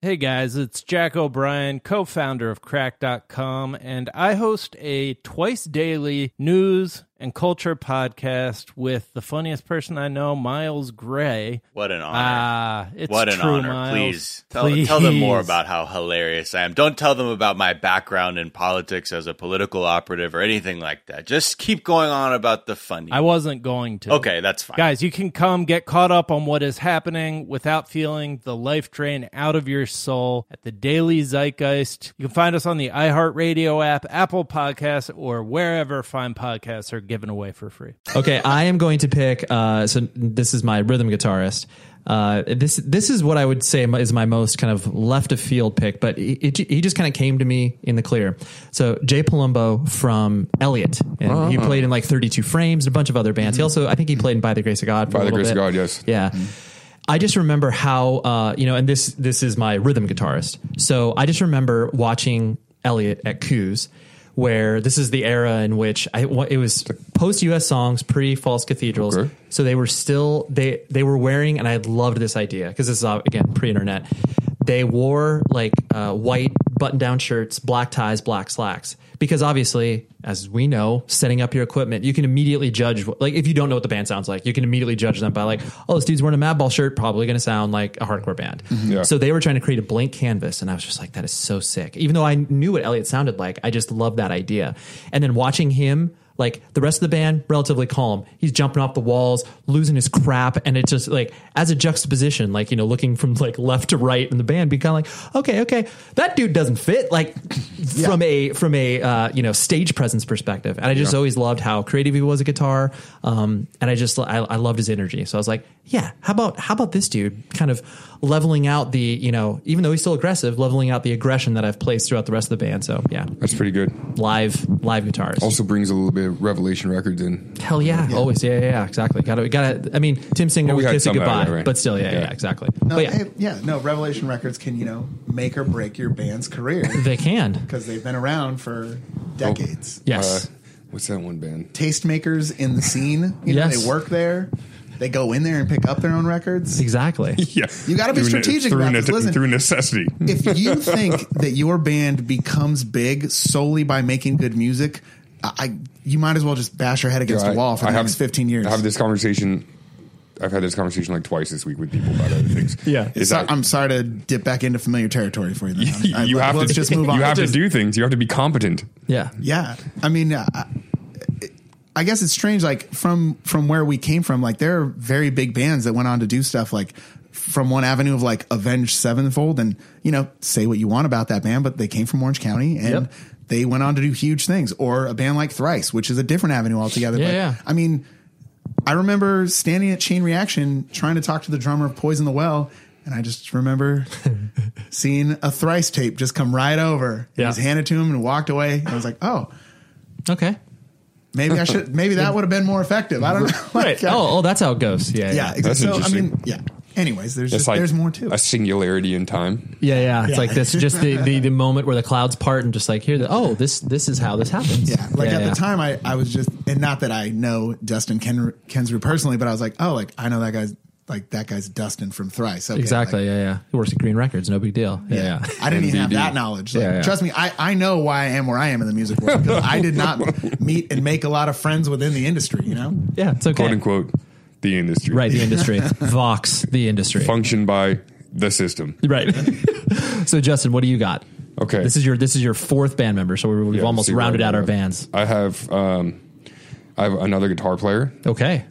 [SPEAKER 15] Hey guys, it's Jack O'Brien, co founder of Crack.com, and I host a twice daily news and culture podcast with the funniest person I know, Miles Gray.
[SPEAKER 17] What an honor.
[SPEAKER 15] Ah, it's
[SPEAKER 17] what an
[SPEAKER 15] true,
[SPEAKER 17] honor.
[SPEAKER 15] Miles.
[SPEAKER 17] Please. Tell, tell them more
[SPEAKER 15] Please.
[SPEAKER 17] about how hilarious I am. Don't tell them about my background in politics as a political operative or anything like that. Just keep going on about the funny.
[SPEAKER 15] I wasn't going to.
[SPEAKER 17] Okay, that's fine.
[SPEAKER 15] Guys, you can come get caught up on what is happening without feeling the life drain out of your soul at the Daily Zeitgeist. You can find us on the iHeartRadio app, Apple Podcasts, or wherever fine podcasts are given away for free.
[SPEAKER 4] okay, I am going to pick. Uh, so this is my rhythm guitarist. Uh, this this is what I would say is my most kind of left of field pick, but he, he- he just kind of came to me in the clear. So Jay Palumbo from Elliot, and he
[SPEAKER 6] Oh.
[SPEAKER 4] played in like 32 Frames and a bunch of other
[SPEAKER 7] Mm-hmm.
[SPEAKER 4] bands. He also, I think, he played in By the Grace of God. For
[SPEAKER 6] By
[SPEAKER 4] a little
[SPEAKER 6] the grace of
[SPEAKER 4] bit.
[SPEAKER 6] God, yes. Mm-hmm.
[SPEAKER 4] Yeah. I just remember how uh, you know, and this this is my rhythm guitarist. So I just remember watching Elliot at Coos, where this is the era in which I wa- it was post U.S. songs, pre False Cathedrals. So they were still they they were wearing, and I loved this idea because this is uh, again pre internet. They wore like uh, white button down shirts, black ties, black slacks. Because obviously, as we know, setting up your equipment, you can immediately judge. what- Like, if you don't know what the band sounds like, you can immediately judge them by, like, oh, this dude's wearing a Madball shirt, probably going to sound like a hardcore band.
[SPEAKER 6] Mhm. Yeah.
[SPEAKER 4] Mm-hmm. So they were trying to create a blank canvas. And I was just like, that is so sick. Even though I knew what Elliot sounded like, I just loved that idea. And then watching him, like the rest of the band, relatively calm. He's jumping off the walls, losing his crap. And it's just like, as a juxtaposition, like, you know, looking from like left to right in the band, be kind of like, okay, okay, that dude doesn't fit. Like, from a, from a, uh, you know, stage presence perspective. And I just
[SPEAKER 6] Yeah.
[SPEAKER 4] always loved how creative he was at guitar. Um, and I just, I, I loved his energy. So I was like, yeah, how about, how about this dude kind of leveling out the, you know, even though he's still aggressive, leveling out the aggression that I've placed throughout the rest of the band. So yeah,
[SPEAKER 6] That's pretty good.
[SPEAKER 4] Live, live guitars.
[SPEAKER 6] Also brings a little bit of Revelation Records in.
[SPEAKER 4] Hell yeah, always. Yeah, yeah, yeah, exactly. Got to, got to. I mean, Tim Singer
[SPEAKER 6] Well, we
[SPEAKER 4] with
[SPEAKER 6] had
[SPEAKER 4] Kiss It
[SPEAKER 6] some out of
[SPEAKER 4] Goodbye,
[SPEAKER 6] it, right?
[SPEAKER 4] but still, yeah, yeah,
[SPEAKER 6] Yeah.
[SPEAKER 4] exactly.
[SPEAKER 7] No,
[SPEAKER 4] but yeah,
[SPEAKER 7] hey, yeah, no. Revelation Records can you know make or break your band's career.
[SPEAKER 4] they can. Oh.
[SPEAKER 7] because they've been around for decades.
[SPEAKER 6] Uh, what's that one band?
[SPEAKER 7] tastemakers in the scene. You know,
[SPEAKER 6] Yes.
[SPEAKER 7] they work there. They go in there and pick up their own records.
[SPEAKER 4] Exactly.
[SPEAKER 6] *laughs* Yeah.
[SPEAKER 7] You got to be
[SPEAKER 6] Through ne-
[SPEAKER 7] strategic
[SPEAKER 6] through,
[SPEAKER 7] about
[SPEAKER 6] ne-
[SPEAKER 7] this. Listen,
[SPEAKER 6] through necessity.
[SPEAKER 7] if
[SPEAKER 6] *laughs*
[SPEAKER 7] you think that your band becomes big solely by making good music, I, I you might as well just bash your head against
[SPEAKER 6] Yeah,
[SPEAKER 7] the wall for the next 15 years.
[SPEAKER 6] I have this conversation. I've had this conversation like twice this week with people about other
[SPEAKER 4] *laughs*
[SPEAKER 6] things.
[SPEAKER 7] yeah,
[SPEAKER 6] Is that-
[SPEAKER 7] I'm sorry to dip back into familiar territory for you. Then. I-
[SPEAKER 6] *laughs* you
[SPEAKER 7] I-
[SPEAKER 6] have
[SPEAKER 7] let's
[SPEAKER 6] to
[SPEAKER 7] just move on.
[SPEAKER 6] You have to do things. You have to be competent.
[SPEAKER 4] Yeah.
[SPEAKER 7] Yeah, I mean, uh, I, I guess it's strange. Like from from where we came from, like there are very big bands that went on to do stuff like from one avenue of like Avenged Sevenfold, and you know, say what you want about that band, but they came from Orange County and.
[SPEAKER 4] Yep.
[SPEAKER 7] They went on to do huge things, or a band like Thrice, which is a different avenue altogether.
[SPEAKER 4] Yeah,
[SPEAKER 7] but,
[SPEAKER 4] yeah.
[SPEAKER 7] I mean, I remember standing at Chain Reaction trying to talk to the drummer of Poison the Well, and I just remember seeing a Thrice tape just come right over. It
[SPEAKER 4] Yeah.
[SPEAKER 7] was handed to him and walked away. I was like, oh,
[SPEAKER 4] okay.
[SPEAKER 7] Maybe I should. Maybe that would have been more effective. I don't know. *laughs* uh,
[SPEAKER 4] Right. Oh, oh, that's how it goes. Yeah.
[SPEAKER 7] Yeah,
[SPEAKER 6] That's
[SPEAKER 7] exactly. So I
[SPEAKER 6] interesting.
[SPEAKER 7] mean, yeah. Anyways, there's
[SPEAKER 6] That's
[SPEAKER 7] just, there's more to it.
[SPEAKER 6] A singularity in time.
[SPEAKER 4] Yeah, yeah. It's
[SPEAKER 7] Yeah.
[SPEAKER 4] like this, just the, the the moment where the clouds part and just like here, the, oh, this this is how this happens. Yeah,
[SPEAKER 7] Like at
[SPEAKER 4] yeah.
[SPEAKER 7] the time, I, I was just, and not that I know Dustin Ken, Kensrue personally, but I was like, oh, like I know that guy's like that guy's Dustin from Thrice. Okay,
[SPEAKER 4] exactly.
[SPEAKER 7] like,
[SPEAKER 4] yeah, yeah. He works at Green Records. No big deal. Yeah, yeah.
[SPEAKER 7] I didn't even have that knowledge. Like,
[SPEAKER 4] Yeah, yeah.
[SPEAKER 7] Trust me, I, I know why I am where I am in the music world because I did not meet and make a lot of friends within the industry. You know,
[SPEAKER 4] Yeah, it's okay.
[SPEAKER 6] *laughs* Quote unquote, the industry.
[SPEAKER 4] Right, the industry. Vox, the industry.
[SPEAKER 6] Function by the system.
[SPEAKER 4] Right. *laughs* so Justin, what do you got?
[SPEAKER 6] Okay.
[SPEAKER 4] This is your this is your fourth band member, so we- we've
[SPEAKER 6] Yeah,
[SPEAKER 4] almost
[SPEAKER 6] see where
[SPEAKER 4] rounded
[SPEAKER 6] I'm
[SPEAKER 4] out our
[SPEAKER 6] at.
[SPEAKER 4] bands.
[SPEAKER 6] I have um, I have another guitar player.
[SPEAKER 4] Okay.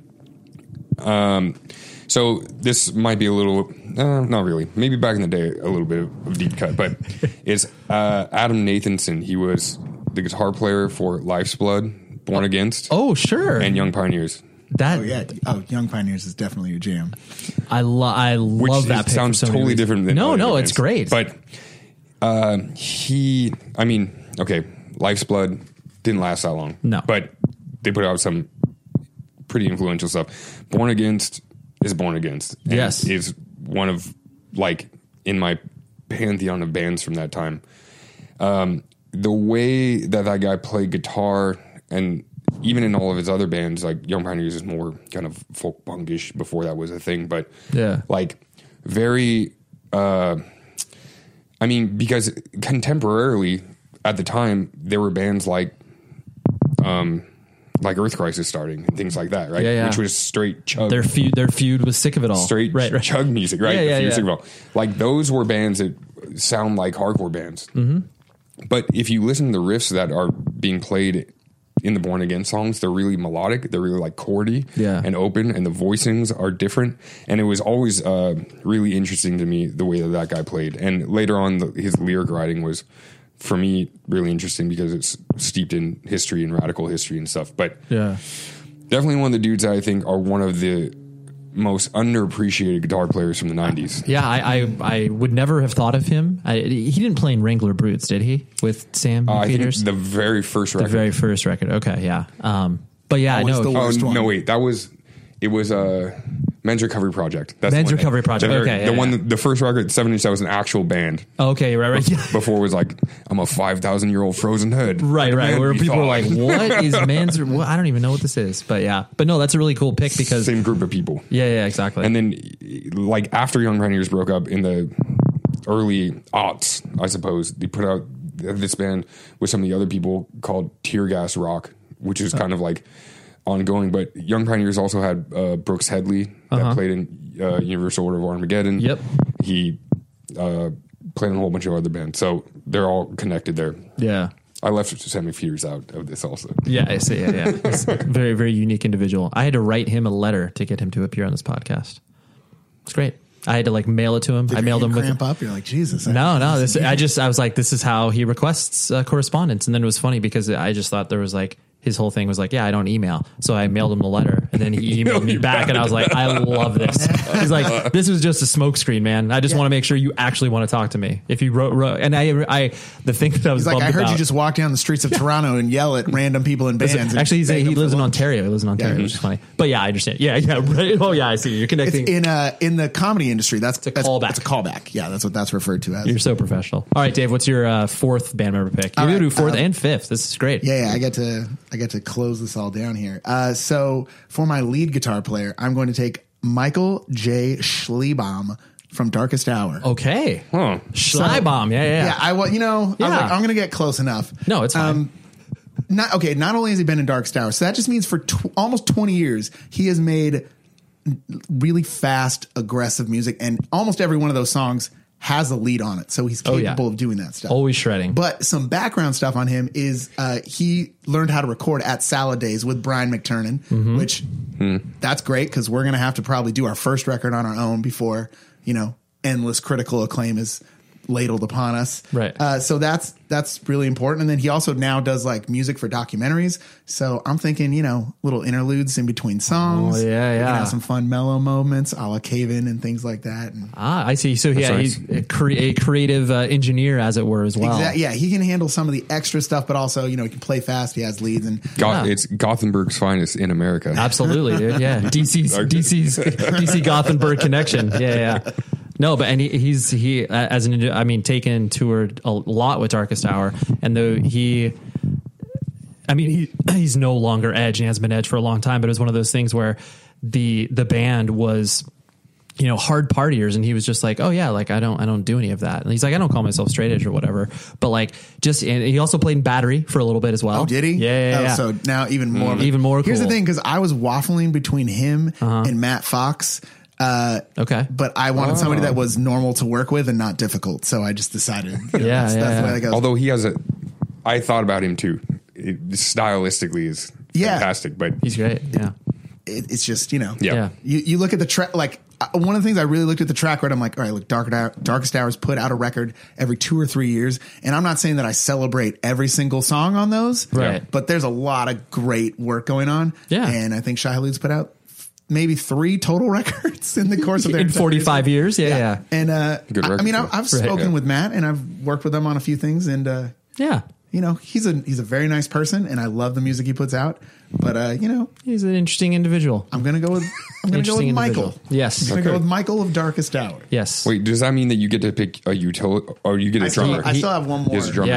[SPEAKER 6] Um, so this might be a little, uh, not really. Maybe back in the day, a little bit of deep
[SPEAKER 4] *laughs*
[SPEAKER 6] cut, but it's uh, Adam Nathanson. He was the guitar player for Life's Blood, Born Against.
[SPEAKER 4] Oh, sure.
[SPEAKER 6] And Young Pioneers.
[SPEAKER 4] That
[SPEAKER 7] oh yeah oh Young Pioneers is definitely your jam.
[SPEAKER 4] I love I
[SPEAKER 6] which
[SPEAKER 4] love that.
[SPEAKER 6] is-
[SPEAKER 4] pick
[SPEAKER 6] sounds
[SPEAKER 4] for so many
[SPEAKER 6] totally
[SPEAKER 4] reasons.
[SPEAKER 6] different than
[SPEAKER 4] no,
[SPEAKER 6] other
[SPEAKER 4] no,
[SPEAKER 6] bands.
[SPEAKER 4] it's great.
[SPEAKER 6] but uh, he i mean okay life's blood didn't last that long
[SPEAKER 4] No.
[SPEAKER 6] but they put out some pretty influential stuff born against is born against and
[SPEAKER 4] Yes.
[SPEAKER 6] is one of like in my pantheon of bands from that time um, the way that that guy played guitar and even in all of his other bands like young pioneers is more kind of folk punkish before that was a thing but
[SPEAKER 4] yeah,
[SPEAKER 6] like very uh i mean because contemporarily at the time there were bands like um like earth crisis starting and things like that right
[SPEAKER 4] Yeah, yeah.
[SPEAKER 6] which was straight chug
[SPEAKER 4] their feud their feud was sick of it all.
[SPEAKER 6] straight
[SPEAKER 4] right, right.
[SPEAKER 6] chug music right
[SPEAKER 4] Yeah,
[SPEAKER 6] The
[SPEAKER 4] yeah,
[SPEAKER 6] feud
[SPEAKER 4] yeah.
[SPEAKER 6] sick of it all. like those were bands that sound like hardcore bands
[SPEAKER 4] Mm-hmm.
[SPEAKER 6] but if you listen to the riffs that are being played in the Born Again songs, they're really melodic. They're really like chordy
[SPEAKER 4] Yeah.
[SPEAKER 6] and open, and the voicings are different. And it was always uh, really interesting to me the way that that guy played. And later on, the, his lyric writing was, for me, really interesting because it's steeped in history and radical history and stuff. But
[SPEAKER 4] Yeah.
[SPEAKER 6] definitely one of the dudes that I think are one of the most underappreciated guitar players from the 90s.
[SPEAKER 4] Yeah, I, I I would never have thought of him. I, he didn't play in Wrangler Brutes, did he? With Sam
[SPEAKER 6] Uh, I think
[SPEAKER 4] Peters,
[SPEAKER 6] the very first
[SPEAKER 4] The
[SPEAKER 6] record.
[SPEAKER 4] very first record. Okay, yeah. Um, but yeah, no,
[SPEAKER 6] oh, no, wait, that was it was a men's recovery project. That's
[SPEAKER 4] Men's
[SPEAKER 6] the one.
[SPEAKER 4] Recovery Project,
[SPEAKER 6] The, very-
[SPEAKER 4] okay,
[SPEAKER 6] the
[SPEAKER 4] yeah,
[SPEAKER 6] one,
[SPEAKER 4] yeah.
[SPEAKER 6] the first record, seven inch, that was an actual band.
[SPEAKER 4] Okay, right, right, yeah.
[SPEAKER 6] Before it was like I'm a five thousand year old frozen hood.
[SPEAKER 4] Right,
[SPEAKER 6] Like,
[SPEAKER 4] right.
[SPEAKER 6] man,
[SPEAKER 4] Where
[SPEAKER 6] we
[SPEAKER 4] people are
[SPEAKER 6] thought.
[SPEAKER 4] like, "What
[SPEAKER 6] *laughs*
[SPEAKER 4] is man's?" Well, I don't even know what this is, but yeah, but no, that's a really cool pick because
[SPEAKER 6] same group of people.
[SPEAKER 4] Yeah, yeah, exactly.
[SPEAKER 6] And then, like after Young Pioneers broke up in the early aughts, I suppose they put out this band with some of the other people called Tear Gas Rock, which is kind of like ongoing. But Young Pioneers also had uh, Brooks Headley that
[SPEAKER 4] Uh-huh.
[SPEAKER 6] played in uh, Universal Order of Armageddon. Yep, he uh, played in a whole bunch of other bands, so they're all connected there.
[SPEAKER 4] yeah,
[SPEAKER 6] I left Sammy Fears out of this also.
[SPEAKER 4] yeah, I see. Yeah, yeah.
[SPEAKER 6] *laughs*
[SPEAKER 7] *laughs*
[SPEAKER 4] It's a very, very unique individual. I had to write him a letter to get him to appear on this podcast. It's great. I had to like mail it to him. I mailed him with
[SPEAKER 7] cramp up. You're like Jesus. I-
[SPEAKER 4] No, no. This I just I was like, this is how he requests uh, correspondence, and then it was funny because I just thought there was like his whole thing was like, yeah, I don't email, so I mailed him the letter, and
[SPEAKER 7] *laughs*
[SPEAKER 4] then he emailed me back, and I was like, I love this.
[SPEAKER 18] *laughs*
[SPEAKER 4] He's like, this was just a smokescreen, man. I just want to make sure you actually want to talk to me. If you wrote, wrote and I, I, the thing that I was
[SPEAKER 7] He's like,
[SPEAKER 4] bummed
[SPEAKER 7] I heard
[SPEAKER 4] about-
[SPEAKER 7] you just walk down the streets of Toronto and yell at random people in
[SPEAKER 4] Listen,
[SPEAKER 7] bands. and
[SPEAKER 4] Actually, he's
[SPEAKER 7] beg
[SPEAKER 4] he
[SPEAKER 7] them for
[SPEAKER 4] lives in Ontario. He lives in Ontario,
[SPEAKER 7] Yeah.
[SPEAKER 4] which is funny. But yeah, I understand. Yeah, *laughs* yeah. Right. Oh, yeah, I see. You're
[SPEAKER 7] It's
[SPEAKER 4] connecting.
[SPEAKER 7] in uh in the comedy industry. That's a that's,
[SPEAKER 4] callback.
[SPEAKER 7] That's a callback. Yeah, that's what that's referred to as.
[SPEAKER 4] You're so professional. All right, Dave, what's your uh, fourth band member pick?
[SPEAKER 7] All
[SPEAKER 4] You're
[SPEAKER 7] right,
[SPEAKER 4] do fourth
[SPEAKER 7] um,
[SPEAKER 4] and fifth. This is great.
[SPEAKER 7] Yeah, yeah, I get to I get to close this all down here. Uh, so for my lead guitar player, I'm going to take Michael J. Schliebaum from Darkest Hour.
[SPEAKER 4] Okay.
[SPEAKER 6] Huh.
[SPEAKER 4] Schliebaum, yeah, yeah, yeah.
[SPEAKER 7] Yeah, I well, you know, I was
[SPEAKER 4] Yeah.
[SPEAKER 7] like, I'm going to get close enough. Um,
[SPEAKER 4] No, it's fine.
[SPEAKER 7] not okay. Not only has he been in Darkest Hour, so that just means for tw- almost 20 years he has made really fast, aggressive music, and almost every one of those songs has a lead on it. So he's
[SPEAKER 4] Oh,
[SPEAKER 7] capable
[SPEAKER 4] yeah.
[SPEAKER 7] of doing that stuff.
[SPEAKER 4] Always shredding.
[SPEAKER 7] But some background stuff on him is uh, he learned how to record at Salad Days with Brian McTurnan,
[SPEAKER 4] Mhm.
[SPEAKER 7] which that's great because we're going to have to probably do our first record on our own before you know endless critical acclaim is ladled upon us.
[SPEAKER 4] Right.
[SPEAKER 7] Uh, so that's that's really important. And then he also now does like music for documentaries. So I'm thinking you know little interludes in between songs.
[SPEAKER 4] Oh, yeah,
[SPEAKER 7] We can
[SPEAKER 4] yeah.
[SPEAKER 7] have some fun mellow moments, a la Caven and things like that. And
[SPEAKER 4] Ah, I see. So yeah,
[SPEAKER 7] That's
[SPEAKER 4] he's a, cre- a creative uh, engineer, as it were, as well.
[SPEAKER 7] Exact- yeah, he can handle some of the extra stuff, but also you know he can play fast. He has leads and
[SPEAKER 6] Goth- It's Gothenburg's finest in America.
[SPEAKER 4] Absolutely, dude.
[SPEAKER 6] *laughs*
[SPEAKER 7] *laughs*
[SPEAKER 4] Yeah, DC's DC's DC Gothenburg connection. Yeah,
[SPEAKER 6] *laughs*
[SPEAKER 4] yeah. No, but and he, he's he uh, as an indi- I mean, taken toured a lot with Darkest Hour, and though he. I mean, he *clears throat* he's no longer Edge and has been Edge for a long time, but it was one of those things where the the band was you know hard partiers and he was just like oh yeah like i don't i don't do any of that and he's like i don't call myself straight edge or whatever but like just and he also played in battery for a little bit as well oh
[SPEAKER 7] did he?
[SPEAKER 4] yeah, yeah,
[SPEAKER 7] Oh,
[SPEAKER 4] yeah.
[SPEAKER 7] So now even more, of it.
[SPEAKER 4] Mm. even more
[SPEAKER 7] Here's the
[SPEAKER 4] cool. Uh-huh.
[SPEAKER 7] thing, because I was waffling between him and Matt Fox. Uh,
[SPEAKER 4] okay.
[SPEAKER 7] But I wanted somebody
[SPEAKER 4] Oh.
[SPEAKER 7] that was normal to work with and not difficult. So I just decided.
[SPEAKER 4] *laughs*
[SPEAKER 7] you know, that's, that's the way that goes.
[SPEAKER 6] Although he has a, I thought about him too. It, stylistically, is
[SPEAKER 7] Yeah.
[SPEAKER 6] fantastic, but
[SPEAKER 4] he's great. Yeah,
[SPEAKER 7] it, it's just you know
[SPEAKER 6] Yeah. Yeah.
[SPEAKER 7] you, you look at the track like uh, one of the things I really looked at the track record I'm like all right look Dark, Darkest Hours put out a record every two or three years and I'm not saying that I celebrate every single song on those
[SPEAKER 4] Right.
[SPEAKER 7] but there's a lot of great work going on
[SPEAKER 4] Yeah.
[SPEAKER 7] and I think Shai Halud's put out maybe three total *laughs* records in the course of their
[SPEAKER 4] in
[SPEAKER 7] entire-
[SPEAKER 4] 45 years. Yeah, yeah.
[SPEAKER 7] and uh
[SPEAKER 4] Good
[SPEAKER 7] I, I
[SPEAKER 4] record
[SPEAKER 7] mean I,
[SPEAKER 4] deal.
[SPEAKER 7] I've
[SPEAKER 4] Right.
[SPEAKER 7] spoken
[SPEAKER 4] Yeah.
[SPEAKER 7] with Matt and I've worked with him on a few things and uh
[SPEAKER 4] yeah
[SPEAKER 7] you know he's a he's a very nice person and I love the music he puts out but uh you know
[SPEAKER 4] he's an interesting individual
[SPEAKER 7] I'm gonna go with I'm gonna go with
[SPEAKER 6] Interesting
[SPEAKER 7] Michael
[SPEAKER 6] individual.
[SPEAKER 4] Yes.
[SPEAKER 7] I'm gonna go
[SPEAKER 6] Okay.
[SPEAKER 7] with Michael of Darkest Hour
[SPEAKER 4] Yes.
[SPEAKER 6] Wait, does that mean that you get to pick a utility or you get a
[SPEAKER 7] I
[SPEAKER 6] drummer?
[SPEAKER 7] still, I still have one more
[SPEAKER 6] He has a drummer.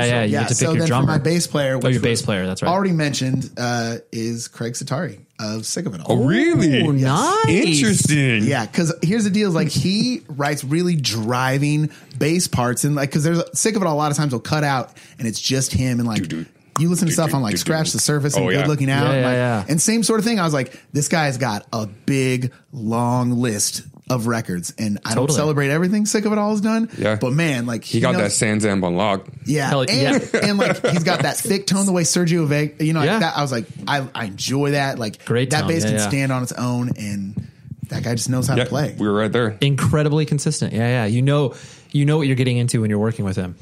[SPEAKER 6] so-
[SPEAKER 7] so then for my bass player
[SPEAKER 6] Oh, your
[SPEAKER 7] which
[SPEAKER 6] bass
[SPEAKER 7] was
[SPEAKER 6] player, that's right.
[SPEAKER 7] already mentioned uh, is Craig Satari of Sick of It All
[SPEAKER 6] Oh, really? Ooh,
[SPEAKER 7] Yes.
[SPEAKER 6] nice. Interesting.
[SPEAKER 7] yeah because here's the deal is like he writes really driving bass parts and like because there's Sick of It All a lot of times will cut out and it's just him and like you listen to stuff on like Scratch the Surface and
[SPEAKER 6] Oh, yeah.
[SPEAKER 7] Good Looking Out
[SPEAKER 6] Yeah,
[SPEAKER 7] and,
[SPEAKER 6] yeah,
[SPEAKER 7] like,
[SPEAKER 6] yeah.
[SPEAKER 7] and same sort of thing. I was like, this guy's got a big, long list of records, and I don't
[SPEAKER 6] Totally.
[SPEAKER 7] celebrate everything Sick of It All is done.
[SPEAKER 6] Yeah.
[SPEAKER 7] But man, like
[SPEAKER 6] He got that
[SPEAKER 7] knows-
[SPEAKER 6] Sans on lock.
[SPEAKER 7] Yeah, and, and like he's got that thick tone the way Sergio Vega, you know, like
[SPEAKER 6] Yeah.
[SPEAKER 7] that. I was like, I, I enjoy that. Like
[SPEAKER 4] Great
[SPEAKER 7] that
[SPEAKER 4] tone,
[SPEAKER 7] bass
[SPEAKER 4] yeah,
[SPEAKER 7] can
[SPEAKER 4] yeah.
[SPEAKER 7] stand on its own, and that guy just knows how to play.
[SPEAKER 6] We were right there.
[SPEAKER 4] Incredibly consistent. Yeah, yeah. You know, you know what you're getting into when you're working with him.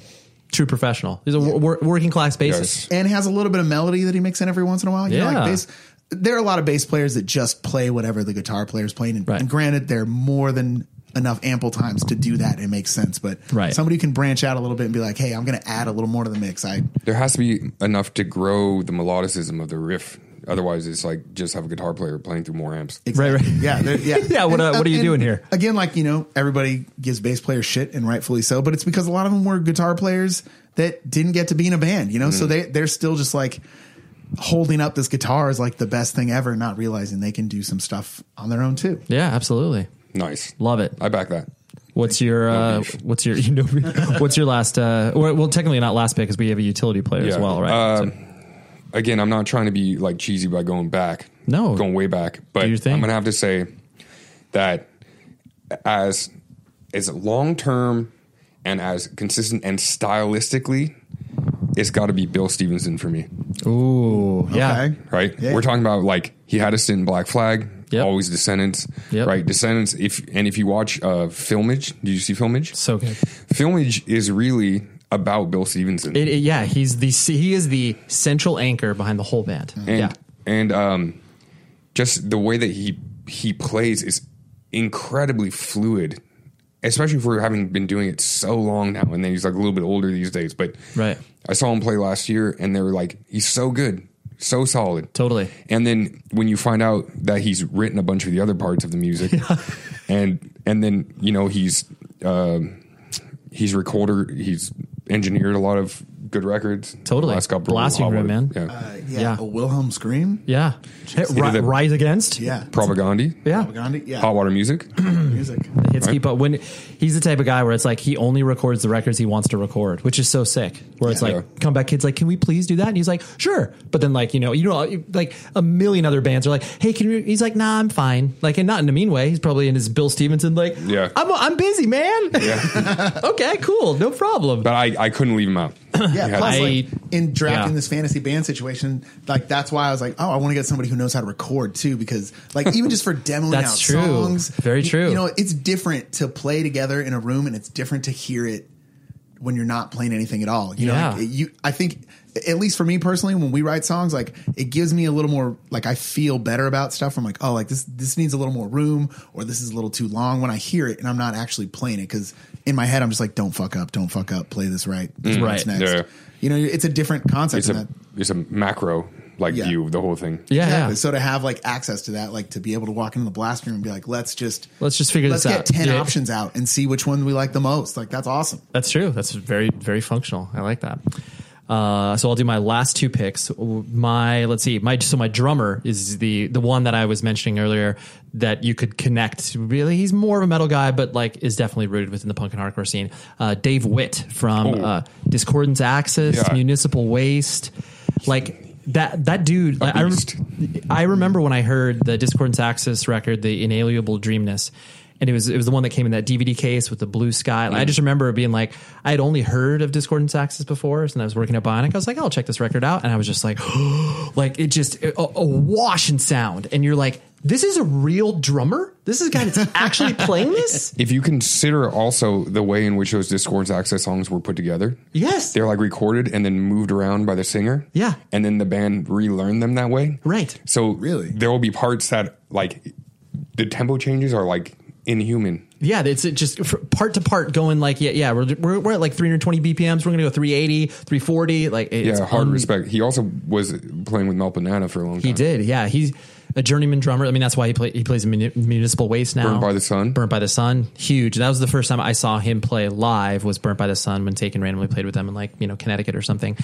[SPEAKER 4] True professional. He's a wor- wor- working class bassist.
[SPEAKER 7] and has a little bit of melody that he makes in every once in a while. Oh, You know,
[SPEAKER 4] Yeah.
[SPEAKER 7] like bass, there are a lot of bass players that just play whatever the guitar player's playing. And, and granted, there are more than enough ample times to do that. It makes sense. But
[SPEAKER 6] Right.
[SPEAKER 7] somebody who can branch out a little bit and be like, hey, I'm going to add a little more to the mix. I
[SPEAKER 6] There has to be enough to grow the melodicism of the riff. Otherwise, it's like just have a guitar player playing through more amps.
[SPEAKER 7] Right, right. Yeah, there- yeah,
[SPEAKER 6] Yeah, what, uh, what are you doing here?
[SPEAKER 7] Again, like you know, everybody gives bass players shit, and rightfully so. But it's because a lot of them were guitar players that didn't get to be in a band, you know. So
[SPEAKER 6] Mhm.
[SPEAKER 7] they they're still just like holding up this guitar as like the best thing ever, not realizing they can do some stuff on their own too.
[SPEAKER 4] Yeah, absolutely.
[SPEAKER 6] Nice.
[SPEAKER 4] Love it.
[SPEAKER 6] I back that.
[SPEAKER 4] What's your uh, what's your *laughs* you know what's your last uh or, well technically not last pick because we have a utility player as well right
[SPEAKER 6] Um, Again, I'm not trying to be like cheesy by going back.
[SPEAKER 4] No.
[SPEAKER 6] going way back. But I'm gonna have to say that as as long term and as consistent and stylistically, it's got to be Bill Stevenson for me.
[SPEAKER 4] Ooh, yeah.
[SPEAKER 6] Right?
[SPEAKER 4] Yeah.
[SPEAKER 6] We're talking about like he had a stint in Black Flag, always Descendants, right? Descendants. If and if you watch uh, Filmage, did you see Filmage?
[SPEAKER 4] So good.
[SPEAKER 6] Filmage is really about Bill Stevenson.
[SPEAKER 4] It, it- yeah, he's the he is the central anchor behind the whole band.
[SPEAKER 6] and
[SPEAKER 4] yeah,
[SPEAKER 6] and um, just the way that he he plays is incredibly fluid, especially for having been doing it so long now. And then he's like a little bit older these days, but
[SPEAKER 4] right.
[SPEAKER 6] I saw him play last year, and they were like, he's so good, so solid,
[SPEAKER 4] totally.
[SPEAKER 6] And then when you find out that he's written a bunch of the other parts of
[SPEAKER 4] *laughs*
[SPEAKER 6] the music, and and then you know he's um he's recorder, he's engineered a lot of good records.
[SPEAKER 4] Totally.
[SPEAKER 6] last couple,
[SPEAKER 4] Blasting Room, man.
[SPEAKER 6] Yeah.
[SPEAKER 7] Yeah, a Wilhelm scream.
[SPEAKER 4] Yeah,
[SPEAKER 6] Either
[SPEAKER 4] Ri-
[SPEAKER 6] the-
[SPEAKER 4] rise against.
[SPEAKER 7] Yeah,
[SPEAKER 6] Propaganda.
[SPEAKER 4] Yeah.
[SPEAKER 7] Propaganda, yeah.
[SPEAKER 6] Hot water music.
[SPEAKER 7] music.
[SPEAKER 4] The hits
[SPEAKER 6] Right.
[SPEAKER 4] keep up. When he's the type of guy where it's like he only records the records he wants to record, which is so sick. Where it's
[SPEAKER 6] Yeah.
[SPEAKER 4] like, come back, kids, like, can we please do that? And he's like, sure. But then, like, you know, you know, like a million other bands are like, hey, can you? He's like, nah, I'm fine. Like, and not in a mean way. He's probably in his Bill Stevenson, like,
[SPEAKER 6] Yeah.
[SPEAKER 4] I'm I'm busy, man. *laughs* okay, cool, no problem.
[SPEAKER 6] But I I couldn't leave him out.
[SPEAKER 7] Yeah,
[SPEAKER 6] Yeah.
[SPEAKER 7] plus
[SPEAKER 6] I-
[SPEAKER 7] like in drafting
[SPEAKER 6] yeah.
[SPEAKER 7] this fantasy band situation, like that's why I was like, oh, I want to get somebody who knows how to record too, because like even
[SPEAKER 4] *laughs*
[SPEAKER 7] just for demoing
[SPEAKER 4] That's
[SPEAKER 7] out
[SPEAKER 4] true.
[SPEAKER 7] songs,
[SPEAKER 4] Very
[SPEAKER 7] you-
[SPEAKER 4] true.
[SPEAKER 7] You know, it's different to play together in a room, and it's different to hear it when you're not playing anything at all. You
[SPEAKER 4] Yeah.
[SPEAKER 7] know, like, you. I think at least for me personally, when we write songs, like it gives me a little more. Like I feel better about stuff. I'm like, oh, like this this needs a little more room, or this is a little too long when I hear it, and I'm not actually playing it because in my head I'm just like, don't fuck up, don't fuck up, play this right,
[SPEAKER 6] Mm.
[SPEAKER 7] what's
[SPEAKER 6] Right.
[SPEAKER 7] next.
[SPEAKER 6] Yeah.
[SPEAKER 7] You know, it's a different concept.
[SPEAKER 6] It's
[SPEAKER 7] than
[SPEAKER 6] a
[SPEAKER 7] that.
[SPEAKER 6] it's a macro like
[SPEAKER 7] Yeah.
[SPEAKER 6] view of the whole thing.
[SPEAKER 7] Exactly. So to have like access to that, like to be able to walk into the blast room and be like, let's just
[SPEAKER 4] Let's just figure
[SPEAKER 7] let's
[SPEAKER 4] this
[SPEAKER 7] get
[SPEAKER 4] out.
[SPEAKER 7] ten
[SPEAKER 4] Yeah.
[SPEAKER 7] options out and see which one we like the most. Like that's awesome.
[SPEAKER 4] That's true. That's very very functional. I like that. Uh, so I'll do my last two picks. My let's see, my so my drummer is the the one that I was mentioning earlier that you could connect. Really, he's more of a metal guy, but like is definitely rooted within the punk and hardcore scene. Uh, Dave Witt from
[SPEAKER 6] Oh.
[SPEAKER 4] uh, Discordance Axis,
[SPEAKER 6] Yeah.
[SPEAKER 4] Municipal Waste, like that that dude. Like, I, rem- I remember when I heard the Discordance Axis record, the Inalienable Dreamness, and it was it was the one that came in that DVD case with the blue sky. And I just remember being like, I had only heard of Discordance Axis before, and I was working at Bionic. I was like, I'll check this record out, and I was just like, *gasps* like it just a, a wash in sound, and you're like, this is a real drummer. This is a guy that's actually playing this.
[SPEAKER 6] *laughs* If you consider also the way in which those Discord's access songs were put together,
[SPEAKER 4] yes,
[SPEAKER 6] they're like recorded and then moved around by the singer,
[SPEAKER 4] Yeah.
[SPEAKER 6] and then the band relearned them that way,
[SPEAKER 4] right?
[SPEAKER 6] So really, there will be parts that like the tempo changes are like inhuman.
[SPEAKER 4] Yeah, it's it just fr- part to part going like yeah yeah we're we're, we're at like 320 BPMs. We're gonna go 380, 340. Like it's
[SPEAKER 6] yeah, hard
[SPEAKER 4] un-
[SPEAKER 6] respect. He also was playing with Mel Banana for a long time.
[SPEAKER 4] He did, yeah. He's a journeyman drummer. I mean, that's why he play, he plays in muni- Municipal Waste now.
[SPEAKER 6] Burnt by
[SPEAKER 4] the
[SPEAKER 6] Sun.
[SPEAKER 4] Burnt by the Sun, huge. And that was the first time I saw him play live was Burnt by the Sun when Taken randomly played with them in like you know Connecticut or something.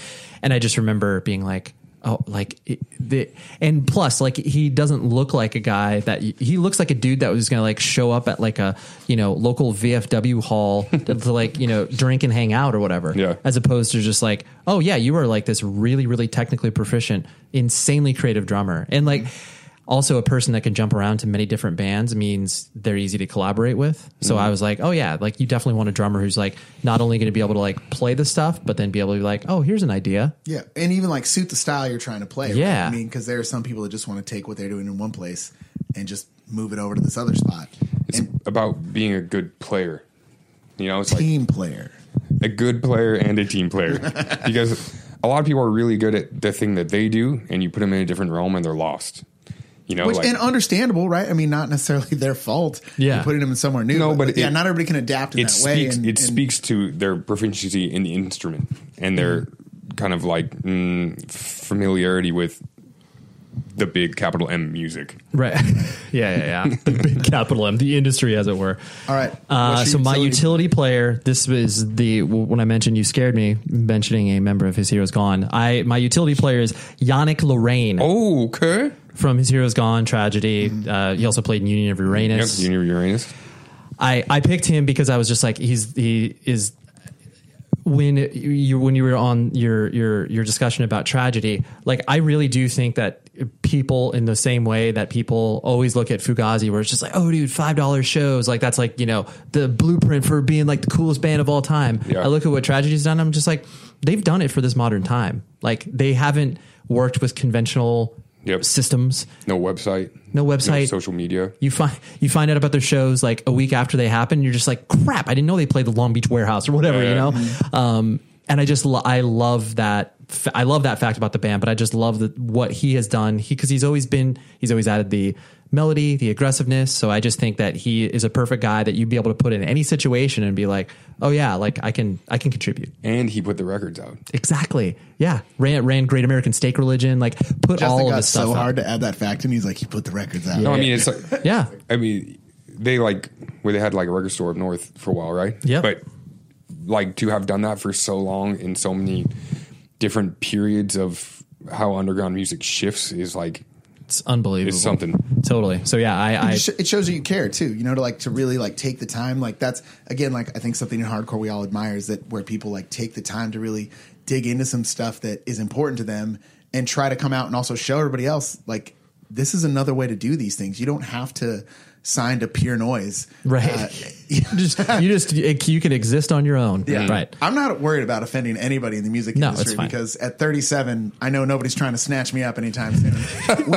[SPEAKER 4] And I just remember being like. Oh, like it, the and plus, like he doesn't look like a guy that he looks like a dude that was gonna like show up at like a you know local VFW hall *laughs* to, to like you know drink and hang out or whatever. Yeah. As opposed to just like, oh yeah, you are like this really really technically proficient, insanely creative drummer, and like also a person that can jump around to many different bands means they're easy to collaborate with. So
[SPEAKER 12] Mhm.
[SPEAKER 4] I was like, oh yeah, like you definitely want a drummer who's like not only going to be able to like play the stuff, but then be able to be like, oh, here's an idea.
[SPEAKER 7] Yeah, and even like suit the style you're trying to play. right?
[SPEAKER 4] Yeah.
[SPEAKER 7] I mean, because there are some people that just want to take what they're doing in one place and just move it over to this other spot.
[SPEAKER 6] It's about being a good player. You know, it's
[SPEAKER 7] team player,
[SPEAKER 6] a good player and a
[SPEAKER 7] *laughs*
[SPEAKER 6] team player, because a lot of people are really good at the thing that they do, and you put them in a different realm, and they're lost. You know,
[SPEAKER 7] which
[SPEAKER 6] like,
[SPEAKER 7] and understandable, right? I mean, not necessarily *laughs* their fault.
[SPEAKER 6] Yeah.
[SPEAKER 7] You're putting them in somewhere new.
[SPEAKER 6] No, but
[SPEAKER 7] yeah,
[SPEAKER 6] it-
[SPEAKER 7] not everybody can adapt in
[SPEAKER 6] it
[SPEAKER 7] that way.
[SPEAKER 6] speaks
[SPEAKER 7] And, Mm-hmm.
[SPEAKER 6] it
[SPEAKER 7] and-
[SPEAKER 6] speaks to their proficiency in the instrument and their kind of like mm, familiarity with the big capital M music.
[SPEAKER 4] *laughs* Right. yeah, yeah, yeah. The big capital M, the industry, as it were.
[SPEAKER 7] All right.
[SPEAKER 4] Uh,
[SPEAKER 7] What's
[SPEAKER 4] so
[SPEAKER 7] your
[SPEAKER 4] my
[SPEAKER 7] utility?
[SPEAKER 4] utility player. This was the when I mentioned you scared me mentioning a member of his Heroes Gone. I my utility player is Yannick Lorraine.
[SPEAKER 6] Oh, okay.
[SPEAKER 4] From his Heroes Gone tragedy, uh, he also played in Union of Uranus.
[SPEAKER 6] Yep, Union of Uranus.
[SPEAKER 4] I I picked him because I was just like he's he is when you when you were on your your your discussion about tragedy, like I really do think that people in the same way that people always look at Fugazi, where it's just like, oh, dude, five dollars shows, like that's like you know the blueprint for being like the coolest band of all time. I look at what tragedy's done, I'm just like, they've done it for this modern time. Like they haven't worked with conventional systems,
[SPEAKER 6] no website,
[SPEAKER 4] no website,
[SPEAKER 6] social media.
[SPEAKER 4] you find you find out about their shows like a week after they happen. You're just like, crap! I didn't know they played the Long Beach Warehouse or whatever, you know.
[SPEAKER 6] Mm-hmm.
[SPEAKER 4] Um, and I just lo- I love that f- I love that fact about the band, but I just love that what he has done. He because he's always been he's always added the melody, the aggressiveness. So I just think that he is a perfect guy that you'd be able to put in any situation and be like, oh yeah, like I can I can contribute.
[SPEAKER 6] And he put the records out.
[SPEAKER 4] Exactly. Yeah. Ran ran Great American Steak Religion. Like put
[SPEAKER 7] Justin
[SPEAKER 4] all of
[SPEAKER 7] got
[SPEAKER 4] his stuff.
[SPEAKER 7] so
[SPEAKER 4] out.
[SPEAKER 7] hard to add that fact, and he's like, he put the records out.
[SPEAKER 6] No, I mean it's like
[SPEAKER 4] yeah.
[SPEAKER 6] I mean they like where they had like a record store up north for a while, right?
[SPEAKER 4] Yep.
[SPEAKER 6] But like to have done that for so long in so many different periods of how underground music shifts is like
[SPEAKER 4] it's unbelievable.
[SPEAKER 6] It's something
[SPEAKER 4] totally. So yeah, I, I
[SPEAKER 7] it, sh- it shows that you care too you know to like to really like take the time like that's again like i think something in hardcore we all admire is that where people like take the time to really dig into some stuff that is important to them and try to come out and also show everybody else like this is another way to do these things you don't have to sign to pure noise Uh,
[SPEAKER 4] Right. *laughs* you just you just you can exist on your own. Right.
[SPEAKER 7] I'm not worried about offending anybody in the music
[SPEAKER 4] No, it's
[SPEAKER 7] industry
[SPEAKER 4] fine.
[SPEAKER 7] because at 37, I know nobody's trying to snatch me up anytime soon.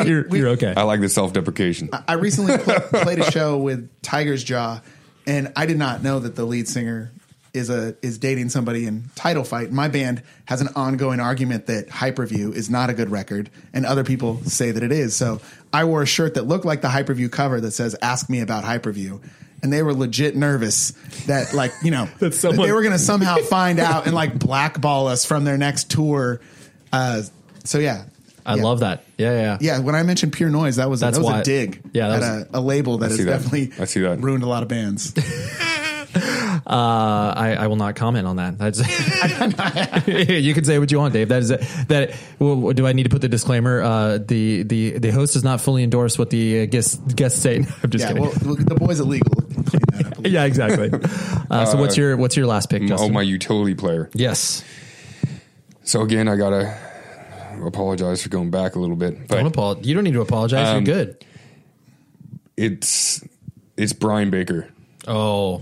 [SPEAKER 4] you're, you're okay.
[SPEAKER 6] I like the self deprecation.
[SPEAKER 7] *laughs* I recently pla played a show with Tiger's Jaw, and I did not know that the lead singer is a is dating somebody in Title Fight. My band has an ongoing argument that Hyperview is not a good record, and other people say that it is. So I wore a shirt that looked like the Hyperview cover that says "Ask me about Hyperview." And they were legit nervous that, like, you know, that
[SPEAKER 4] someone-
[SPEAKER 7] they were going to somehow find out and like blackball us from their next tour. Uh, so yeah,
[SPEAKER 4] I
[SPEAKER 7] Yeah.
[SPEAKER 4] love that. Yeah, yeah.
[SPEAKER 7] yeah, when I mentioned pure noise, that was
[SPEAKER 4] That's
[SPEAKER 7] that was
[SPEAKER 4] why-
[SPEAKER 7] a dig.
[SPEAKER 4] Yeah, that
[SPEAKER 7] at
[SPEAKER 4] was-
[SPEAKER 7] a, a label
[SPEAKER 4] I
[SPEAKER 7] that has
[SPEAKER 4] see that.
[SPEAKER 7] definitely
[SPEAKER 4] I see that.
[SPEAKER 7] ruined a lot of bands.
[SPEAKER 4] Uh, I, I will not comment on that. That's, *laughs* you can say what you want, Dave. That is it. that. Well, do I need to put the disclaimer? Uh, the the the host does not fully endorse what the uh, guests guests say. *laughs* I'm just
[SPEAKER 7] yeah,
[SPEAKER 4] kidding.
[SPEAKER 7] well, look, the boy's illegal.
[SPEAKER 4] *laughs*
[SPEAKER 7] *laughs*
[SPEAKER 4] yeah, exactly. Uh, so what's your what's your last pick,
[SPEAKER 6] m-
[SPEAKER 4] Justin?
[SPEAKER 6] Oh, my utility player.
[SPEAKER 4] Yes.
[SPEAKER 6] So again, I gotta apologize for going back a little bit. But
[SPEAKER 4] Don't apologize. You don't need to apologize.
[SPEAKER 6] Um,
[SPEAKER 4] You're good.
[SPEAKER 6] It's it's Brian Baker.
[SPEAKER 4] Oh,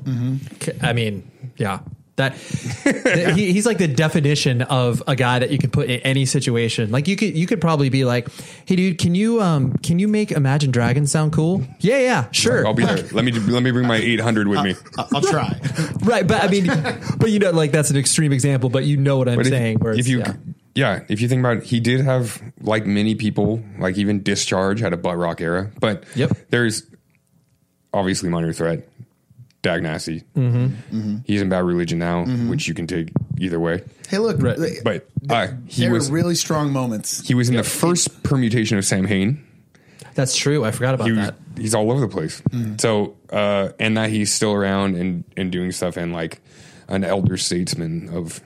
[SPEAKER 4] K- I mean, yeah. That th- he, he's like the definition of a guy that you could put in any situation. Like you could you could probably be like, "Hey, dude, can you um can you make Imagine Dragons sound cool?" Yeah, yeah, sure.
[SPEAKER 6] I'll
[SPEAKER 4] *laughs*
[SPEAKER 6] be there. Let me let me bring my 800 with me.
[SPEAKER 7] I'll try.
[SPEAKER 4] right, but I *laughs* mean, but you know, like that's an extreme example, but you know what I'm
[SPEAKER 6] But if-
[SPEAKER 4] saying. where
[SPEAKER 6] if
[SPEAKER 4] it's-
[SPEAKER 6] you-
[SPEAKER 4] yeah.
[SPEAKER 6] Yeah, if you think about it, he did have like many people, like even Discharge had a butt rock era, but yep. there's obviously minor threat, Dag Nasty.
[SPEAKER 7] Mm-hmm.
[SPEAKER 6] He's in bad religion now,
[SPEAKER 7] Mhm.
[SPEAKER 6] which you can take either way.
[SPEAKER 7] Hey, look,
[SPEAKER 6] But uh, he
[SPEAKER 7] there
[SPEAKER 6] was
[SPEAKER 7] are really strong moments.
[SPEAKER 6] he was in the first permutation of Sam Hain.
[SPEAKER 4] That's true. I forgot about
[SPEAKER 6] that. He's all over the place.
[SPEAKER 7] Mm-hmm.
[SPEAKER 6] So uh, and that he's still around and and doing stuff and like an elder statesman of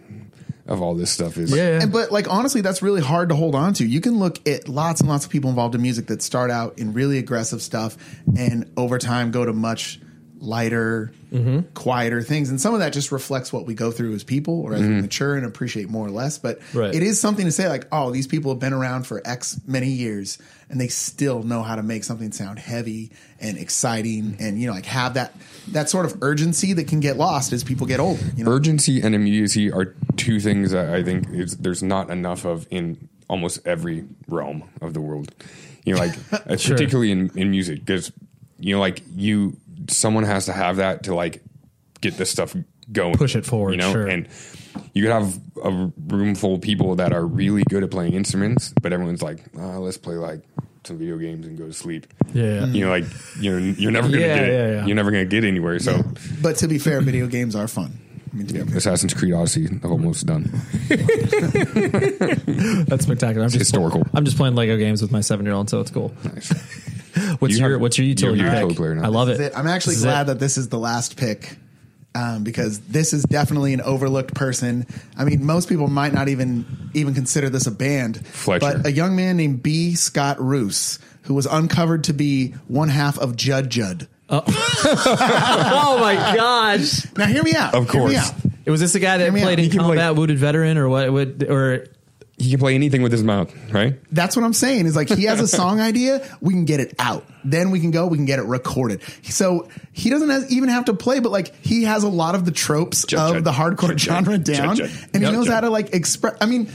[SPEAKER 6] of all this stuff is
[SPEAKER 7] And- but like honestly, that's really hard to hold on to. You can look at lots and lots of people involved in music that start out in really aggressive stuff and over time go to much lighter, quieter things. And some of that just reflects what we go through as people or as we
[SPEAKER 6] Mhm.
[SPEAKER 7] mature and appreciate more or less. But
[SPEAKER 6] Right.
[SPEAKER 7] it is something to say like, oh, these people have been around for X many years and they still know how to make something sound heavy and exciting and you know, like have that that sort of urgency that can get lost as people get older.
[SPEAKER 6] urgency and immediacy are two things that I think is, there's not enough of in almost every realm of the world. You know, like uh,
[SPEAKER 17] Sure.
[SPEAKER 6] particularly in, in music, because you know, like you, someone has to have that to like get this stuff going,
[SPEAKER 4] Push it forward,
[SPEAKER 6] You know,
[SPEAKER 4] sure.
[SPEAKER 6] and you could have a room full of people that are really good at playing instruments, but everyone's like, "Ah, let's play like some video games and go to sleep.
[SPEAKER 7] Yeah.
[SPEAKER 6] you know, like you're you're never gonna
[SPEAKER 7] Yeah,
[SPEAKER 6] get it.
[SPEAKER 7] yeah, yeah.
[SPEAKER 6] You're never gonna get anywhere. So.
[SPEAKER 7] But to be fair, video games are fun.
[SPEAKER 6] Yeah, Assassin's Creed Odyssey. I've almost done.
[SPEAKER 4] *laughs* That's spectacular. I'm just historical. I'm just playing Lego games with my seven year old, so it's cool.
[SPEAKER 6] Nice.
[SPEAKER 4] *laughs* what's
[SPEAKER 6] You
[SPEAKER 4] your
[SPEAKER 6] have-
[SPEAKER 4] What's your utility
[SPEAKER 6] you have
[SPEAKER 4] pick?
[SPEAKER 6] a utility player now.
[SPEAKER 4] I love it.
[SPEAKER 7] This is I'm actually
[SPEAKER 4] This is
[SPEAKER 7] glad
[SPEAKER 4] it.
[SPEAKER 7] that this is the last pick um, because this is definitely an overlooked person. I mean, most people might not even even consider this a band.
[SPEAKER 6] Fletcher.
[SPEAKER 7] But a young man named B. Scott Roos, who was uncovered to be one half of Judd Judd.
[SPEAKER 4] *laughs* oh my gosh!
[SPEAKER 7] Now hear me out.
[SPEAKER 6] Of
[SPEAKER 7] Hear me
[SPEAKER 6] course.
[SPEAKER 7] out.
[SPEAKER 4] Was this the guy that
[SPEAKER 7] Hear me out.
[SPEAKER 4] played in
[SPEAKER 7] He can play-
[SPEAKER 4] combat wounded veteran or what? Would or
[SPEAKER 6] he can play anything with his mouth, right?
[SPEAKER 7] That's what I'm saying. Is like he
[SPEAKER 4] *laughs*
[SPEAKER 7] has a song idea, we can get it out. Then we can go, we can get it recorded. So he doesn't have, even have to play, but like he has a lot of the tropes of the hardcore genre
[SPEAKER 6] jut,
[SPEAKER 7] down,
[SPEAKER 6] jut.
[SPEAKER 7] and he
[SPEAKER 6] Yep.
[SPEAKER 7] knows how to like express. I mean,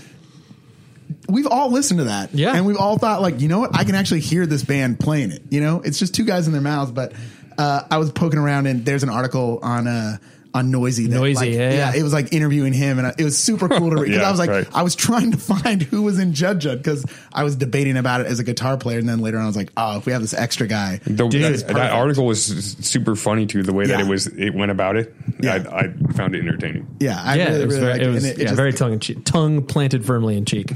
[SPEAKER 7] we've all listened to that, yeah, and we've all thought like, you know what, I can actually hear this band playing it. You know, it's just two guys in their mouths. But uh, I was poking around, and there's an article on uh, on Noisy, that,
[SPEAKER 4] Noisy,
[SPEAKER 7] like,
[SPEAKER 4] yeah, yeah.
[SPEAKER 7] it was like interviewing him, and I, it was super cool
[SPEAKER 4] *laughs*
[SPEAKER 7] to read because
[SPEAKER 4] Yeah,
[SPEAKER 7] I was like,
[SPEAKER 4] right.
[SPEAKER 7] I was trying to *laughs* find who was in Judd Judd because I was debating about it as a guitar player, and then later on I was like, oh, if we have this extra guy,
[SPEAKER 6] The,
[SPEAKER 7] dude, it's
[SPEAKER 6] that,
[SPEAKER 7] perfect.
[SPEAKER 6] that article was s- super funny too. The way that
[SPEAKER 7] Yeah.
[SPEAKER 6] it was, it went about it. I, I found it entertaining.
[SPEAKER 7] yeah, I
[SPEAKER 4] yeah,
[SPEAKER 7] really,
[SPEAKER 4] it was
[SPEAKER 7] really
[SPEAKER 4] very,
[SPEAKER 7] liked
[SPEAKER 4] it
[SPEAKER 7] it,
[SPEAKER 4] was,
[SPEAKER 7] and it- it
[SPEAKER 4] yeah,
[SPEAKER 7] just-
[SPEAKER 4] very tongue in cheek, tongue planted firmly in cheek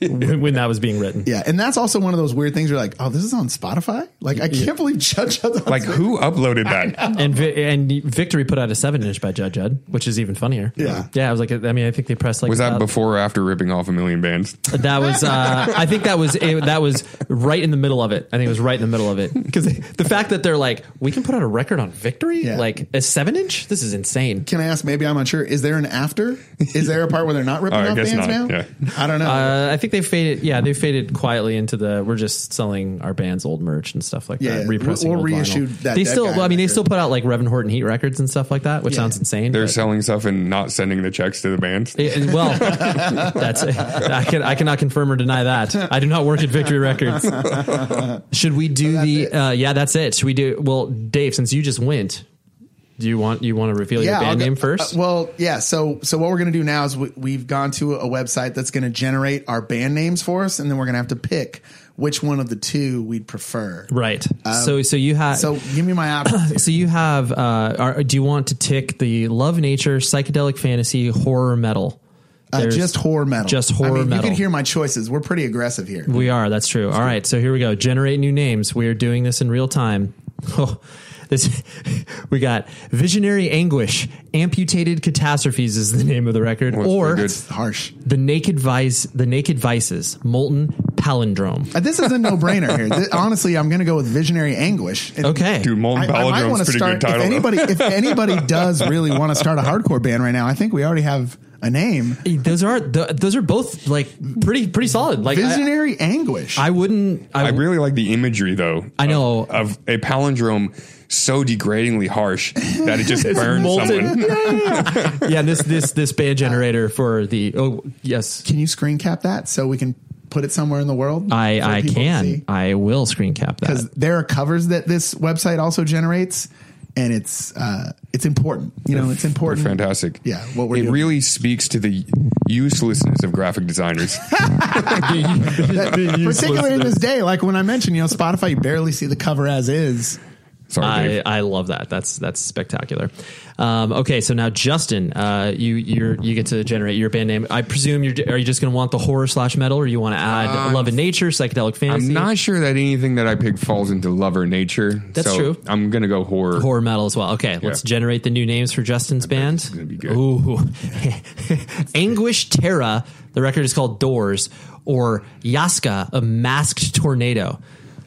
[SPEAKER 4] when, when that was being
[SPEAKER 6] *laughs*
[SPEAKER 4] written.
[SPEAKER 7] yeah, and that's also one of those weird things. Where you're like, oh, this is on Spotify. Like, I can't believe Judd Judd's on Spotify.
[SPEAKER 6] who
[SPEAKER 4] uh,
[SPEAKER 6] uploaded
[SPEAKER 7] I know.
[SPEAKER 4] And Vi- and Victory put out a seven inch by Judd Judd, which is even funnier.
[SPEAKER 6] Yeah.
[SPEAKER 4] yeah. I was like, I mean, I think they pressed like
[SPEAKER 6] was that
[SPEAKER 4] about-
[SPEAKER 6] before or after ripping off a million bands?
[SPEAKER 4] That was, uh, I think that was it, that was right in the middle of it. I think it was right in the middle of it because the fact that they're like, we can put out a record on Victory, like a seven inch. This is insane.
[SPEAKER 7] Can I ask? Maybe I'm unsure. Is there an after? Is there a part where they're not
[SPEAKER 4] *laughs*
[SPEAKER 7] ripping
[SPEAKER 4] Oh, I
[SPEAKER 7] off
[SPEAKER 4] guess
[SPEAKER 7] bands
[SPEAKER 4] not,
[SPEAKER 7] now?
[SPEAKER 4] yeah.
[SPEAKER 7] I don't know.
[SPEAKER 4] Uh, I think they faded. Yeah, they faded quietly into the. We're just selling our band's old merch and stuff like
[SPEAKER 7] Yeah,
[SPEAKER 4] that.
[SPEAKER 7] yeah.
[SPEAKER 4] repressing
[SPEAKER 7] We'll-
[SPEAKER 4] old
[SPEAKER 7] we'll
[SPEAKER 4] vinyl.
[SPEAKER 7] reissue that
[SPEAKER 4] They
[SPEAKER 7] Dead
[SPEAKER 4] still.
[SPEAKER 7] Guy
[SPEAKER 4] Well, I mean, they still put out like Reverend Horton Heat records and stuff like that, which sounds insane.
[SPEAKER 6] They're
[SPEAKER 4] but-
[SPEAKER 6] selling stuff and not sending the checks to the bands.
[SPEAKER 4] It- it-
[SPEAKER 7] *laughs*
[SPEAKER 4] well,
[SPEAKER 6] *laughs*
[SPEAKER 4] that's I can I cannot confirm or deny that. I do not work at Victory Records. Should we do the? Uh, yeah, that's it. Should we do? Well, Dave, since you just went, do you want you want to reveal your
[SPEAKER 7] I'll
[SPEAKER 4] band
[SPEAKER 7] go-
[SPEAKER 4] name first?
[SPEAKER 7] uh, well, yeah. So, so what we're going to do now is we, we've gone to a website that's going to generate our band names for us, and then we're going to have to pick which one of the two we'd prefer.
[SPEAKER 4] right.
[SPEAKER 7] Um,
[SPEAKER 4] so so you have
[SPEAKER 7] So, give me my options.
[SPEAKER 4] *coughs* so you have. Uh, are, do you want to tick the love nature, psychedelic fantasy, horror metal?
[SPEAKER 7] Uh,
[SPEAKER 4] There's-
[SPEAKER 7] just horror metal.
[SPEAKER 4] Just horror
[SPEAKER 7] I mean,
[SPEAKER 4] metal.
[SPEAKER 7] You can hear my choices. We're pretty aggressive here.
[SPEAKER 4] We are. That's true. All right. So here we go. Generate new names. We are doing this in real time. *laughs* Oh, this *laughs* we got visionary anguish. Amputated catastrophes is the name of the record,
[SPEAKER 7] Well, that's
[SPEAKER 4] or
[SPEAKER 7] pretty good. That's harsh.
[SPEAKER 4] The naked vice. The naked vices. Molten palindrome.
[SPEAKER 7] Uh, This is a no-brainer here. Th- honestly, I'm going to go with visionary anguish. And
[SPEAKER 4] Okay. Dude, Molten
[SPEAKER 7] I- I might
[SPEAKER 4] Palindrome's
[SPEAKER 7] wanna
[SPEAKER 4] pretty
[SPEAKER 7] start-
[SPEAKER 4] good *laughs* title,
[SPEAKER 6] *laughs*
[SPEAKER 7] If
[SPEAKER 4] though.
[SPEAKER 7] anybody, if anybody does really want to start a hardcore band right now, I think we already have a name.
[SPEAKER 4] Those are those are both like pretty pretty solid. Like
[SPEAKER 7] visionary anguish.
[SPEAKER 4] I wouldn't.
[SPEAKER 6] I, really like the imagery though.
[SPEAKER 4] I know
[SPEAKER 6] of, a palindrome so degradingly harsh that
[SPEAKER 7] *laughs*
[SPEAKER 6] it
[SPEAKER 4] *laughs*
[SPEAKER 6] just
[SPEAKER 4] It's
[SPEAKER 6] burned
[SPEAKER 4] *laughs*
[SPEAKER 6] someone.
[SPEAKER 4] yeah, this this this band generator for the oh yes.
[SPEAKER 7] Can you screen cap that so we can put it somewhere in the world?
[SPEAKER 4] I
[SPEAKER 7] for
[SPEAKER 4] I
[SPEAKER 7] people to see?
[SPEAKER 4] can I will screen cap that.
[SPEAKER 7] because there are covers that this website also generates, and it's uh, it's important. You know, it's important. *laughs*
[SPEAKER 6] They're Mm-hmm. fantastic.
[SPEAKER 7] Yeah, what we're
[SPEAKER 6] it
[SPEAKER 7] doing.
[SPEAKER 6] really speaks to the uselessness of graphic designers.
[SPEAKER 7] *laughs* That- particularly in this day, like when I mentioned, you know, Spotify, you barely see the cover as is.
[SPEAKER 4] I, I love that. That's that's spectacular. Um, okay, so now Justin, uh, you you you get to generate your band name. I presume you're are you just going to want the horror slash metal, or you want to add
[SPEAKER 6] Uh,
[SPEAKER 4] love and nature, psychedelic fantasy?
[SPEAKER 6] I'm not sure that anything that I picked falls into love or nature.
[SPEAKER 4] That's
[SPEAKER 6] so
[SPEAKER 4] true.
[SPEAKER 6] I'm gonna go horror.
[SPEAKER 4] horror metal as well. Okay, let's generate the new names for Justin's band.
[SPEAKER 7] *laughs*
[SPEAKER 4] Ooh, *laughs* Anguish Terra. The record is called Doors or Yaska, a masked tornado.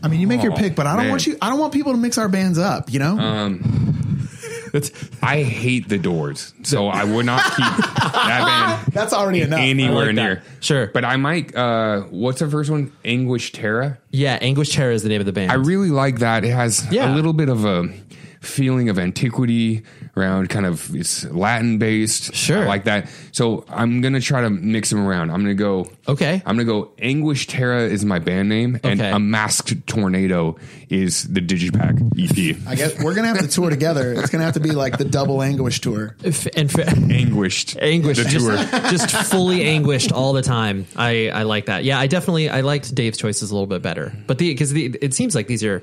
[SPEAKER 7] I mean, you make your
[SPEAKER 4] Oh,
[SPEAKER 7] pick, but I don't
[SPEAKER 4] man.
[SPEAKER 7] want you. I don't want people to mix our bands up. You know,
[SPEAKER 6] Um, *laughs* I hate the Doors, so I would not keep that band.
[SPEAKER 7] That's already enough.
[SPEAKER 6] Anywhere
[SPEAKER 7] I like that.
[SPEAKER 6] near,
[SPEAKER 4] sure.
[SPEAKER 6] But I might. Uh, what's the first one? Anguish Terra.
[SPEAKER 4] Yeah, Anguish Terra is the name of the band.
[SPEAKER 6] I really like that. It has a little bit of a feeling of antiquity around kind of it's Latin based. Sure. I like that. So I'm going to try to mix them around. I'm going to go.
[SPEAKER 4] Okay.
[SPEAKER 6] I'm going to go Anguish Terra is my band name and
[SPEAKER 4] Okay.
[SPEAKER 6] A Masked Tornado is the Digipack E EP.
[SPEAKER 7] I guess we're gonna have to tour together. It's gonna have to be like the double anguish tour.
[SPEAKER 4] F- and fa-
[SPEAKER 6] anguished,
[SPEAKER 4] anguished,
[SPEAKER 6] The
[SPEAKER 4] just,
[SPEAKER 6] tour.
[SPEAKER 4] *laughs* just fully anguished all the time. I I like that. Yeah, I definitely I liked Dave's choices a little bit better, but the because the, it seems like these are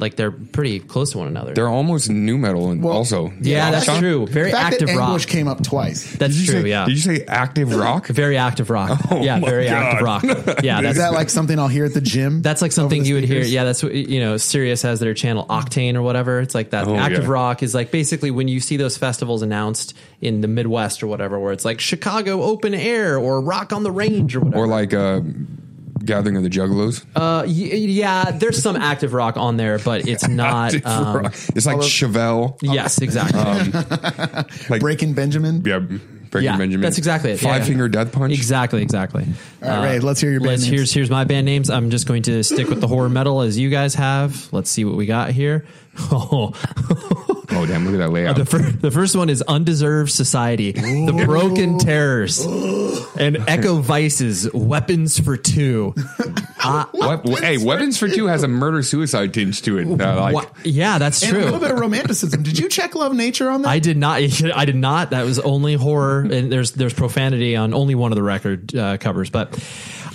[SPEAKER 4] like they're pretty close to one another.
[SPEAKER 6] They're almost new metal and also.
[SPEAKER 4] Yeah, that's
[SPEAKER 6] Sean?
[SPEAKER 4] true. Very
[SPEAKER 7] the fact
[SPEAKER 4] active
[SPEAKER 7] that
[SPEAKER 4] rock.
[SPEAKER 7] Anguish came up twice.
[SPEAKER 4] That's
[SPEAKER 7] Did you
[SPEAKER 4] true.
[SPEAKER 7] say-
[SPEAKER 4] yeah.
[SPEAKER 7] did you
[SPEAKER 6] say
[SPEAKER 4] *gasps*
[SPEAKER 6] active rock?
[SPEAKER 4] Very
[SPEAKER 7] *laughs*
[SPEAKER 4] active rock. yeah,
[SPEAKER 7] my
[SPEAKER 4] very active
[SPEAKER 7] *laughs*
[SPEAKER 4] rock.
[SPEAKER 7] God.
[SPEAKER 4] Yeah,
[SPEAKER 7] is that like something I'll hear at the gym?
[SPEAKER 4] that's like something you would hear. Yeah, that's what you know. Sirius has their channel Octane or whatever. It's like that.
[SPEAKER 7] Oh,
[SPEAKER 4] active
[SPEAKER 7] yeah.
[SPEAKER 4] rock is like basically when you see those festivals announced in the Midwest or whatever, where it's like Chicago Open Air or Rock on the Range or whatever.
[SPEAKER 6] Or like uh, Gathering of the Juggalos.
[SPEAKER 4] Uh, y- yeah, there's some active rock on there,
[SPEAKER 6] *laughs*
[SPEAKER 4] but it's not.
[SPEAKER 6] Active
[SPEAKER 4] Um,
[SPEAKER 6] rock. It's like Um, Chevelle.
[SPEAKER 4] Yes, exactly. *laughs*
[SPEAKER 6] like
[SPEAKER 7] Breaking Benjamin.
[SPEAKER 6] Yeah, Breaking
[SPEAKER 4] Yeah,
[SPEAKER 6] Benjamin.
[SPEAKER 4] that's exactly it.
[SPEAKER 6] Five
[SPEAKER 4] Yeah.
[SPEAKER 6] Finger Death Punch.
[SPEAKER 4] Exactly, exactly. Uh,
[SPEAKER 7] All right, Ray, let's hear your band
[SPEAKER 4] let's-
[SPEAKER 7] names.
[SPEAKER 4] Here's here's my band names. I'm just going to stick with the horror metal as you guys have. Let's see what we got here. *laughs* Oh,
[SPEAKER 6] oh damn! Look at that layout.
[SPEAKER 4] The, fir- the first one is Undeserved Society, The
[SPEAKER 7] *gasps*
[SPEAKER 4] Broken Terrors, and Echo Vices, Weapons for Two. Uh,
[SPEAKER 6] Wep- hey, Weapons for Two has a murder suicide tinge to it. that I like,
[SPEAKER 4] wha- yeah, that's
[SPEAKER 7] and
[SPEAKER 4] true.
[SPEAKER 7] a little bit of romanticism. Did you check Love Nature on that?
[SPEAKER 4] I did not. *laughs* I did not. That was only horror, and there's there's profanity on only one of the record uh, covers. But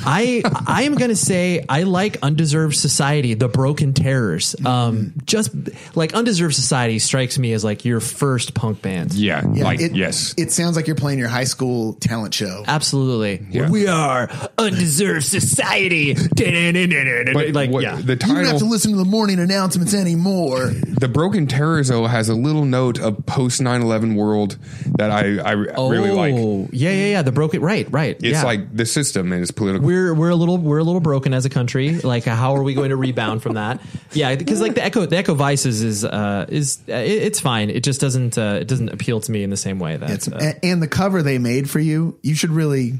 [SPEAKER 4] I I am gonna say I like Undeserved Society, The Broken Terrors.
[SPEAKER 6] Mm-hmm.
[SPEAKER 4] Um, just like Undeserved Society strikes me as like your first punk band.
[SPEAKER 6] Yeah,
[SPEAKER 7] it, It sounds like you're playing your high school talent show.
[SPEAKER 4] Absolutely. We are Undeserved
[SPEAKER 6] *laughs*
[SPEAKER 4] Society. But like,
[SPEAKER 6] what-
[SPEAKER 4] yeah.
[SPEAKER 6] the
[SPEAKER 7] You don't have to
[SPEAKER 6] title,
[SPEAKER 7] listen to the morning announcements
[SPEAKER 4] *laughs*
[SPEAKER 7] anymore.
[SPEAKER 6] the Broken Terrors, though, has a little note of post 9-11 world that I I re- really like.
[SPEAKER 4] Oh, Yeah, yeah, yeah. The broken. Right, right.
[SPEAKER 6] It's
[SPEAKER 4] yeah.
[SPEAKER 6] like the system and it's political.
[SPEAKER 4] we're we're a little we're a little broken as a country. Like, how are we going to rebound from that? Yeah, because like the echo the echo vices is uh is uh, it, it's fine. It just doesn't uh, it doesn't appeal to me in the same way that
[SPEAKER 7] It's,
[SPEAKER 4] uh,
[SPEAKER 7] and, and the cover they made for you, you should really.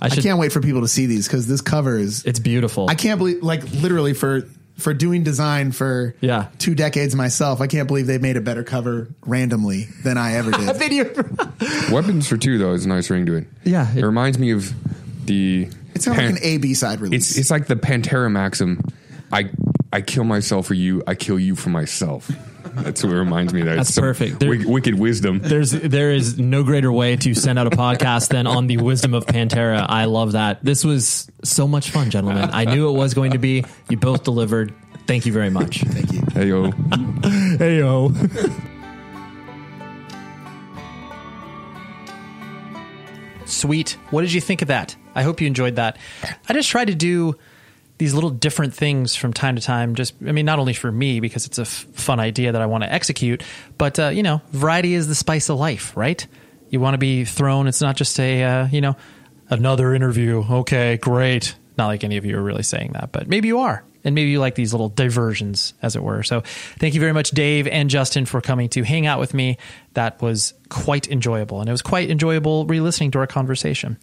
[SPEAKER 7] I,
[SPEAKER 4] should-
[SPEAKER 7] can't wait for people to see these because this cover is
[SPEAKER 4] it's beautiful.
[SPEAKER 7] I can't believe, like, literally for for doing design for
[SPEAKER 4] yeah
[SPEAKER 7] two decades myself, I can't believe they made a better cover randomly than I
[SPEAKER 4] *laughs*
[SPEAKER 7] ever did.
[SPEAKER 4] video.
[SPEAKER 6] Weapons for Two, though, is a nice ring to it.
[SPEAKER 7] Yeah,
[SPEAKER 6] It, reminds me of the.
[SPEAKER 7] It sounds like an A B side release.
[SPEAKER 6] It's, it's like the Pantera Maxim. I I kill myself for you. I kill you for myself. That's what it reminds me of. That.
[SPEAKER 4] That's
[SPEAKER 6] Some
[SPEAKER 4] perfect.
[SPEAKER 6] wick- wicked wisdom.
[SPEAKER 4] There's there is no greater way to send out a podcast than on the wisdom of Pantera. I love that. This was so much fun, gentlemen. I knew it was going to be. You both delivered. Thank you very much. Thank
[SPEAKER 7] you.
[SPEAKER 6] Hey
[SPEAKER 4] *laughs*
[SPEAKER 6] yo.
[SPEAKER 4] hey yo. Sweet. What did you think of that? I hope you enjoyed that. I just try to do these little different things from time to time. Just, I mean, not only for me because it's a f- fun idea that I want to execute, but uh, you know, variety is the spice of life, right? You want to be thrown. It's not just a, uh, you know, another interview. Okay, great. Not like any of you are really saying that, but maybe you are. and maybe you like these little diversions, as it were. So thank you very much, Dave and Justin, for coming to hang out with me. That was quite enjoyable, and it was quite enjoyable re listening to our conversation.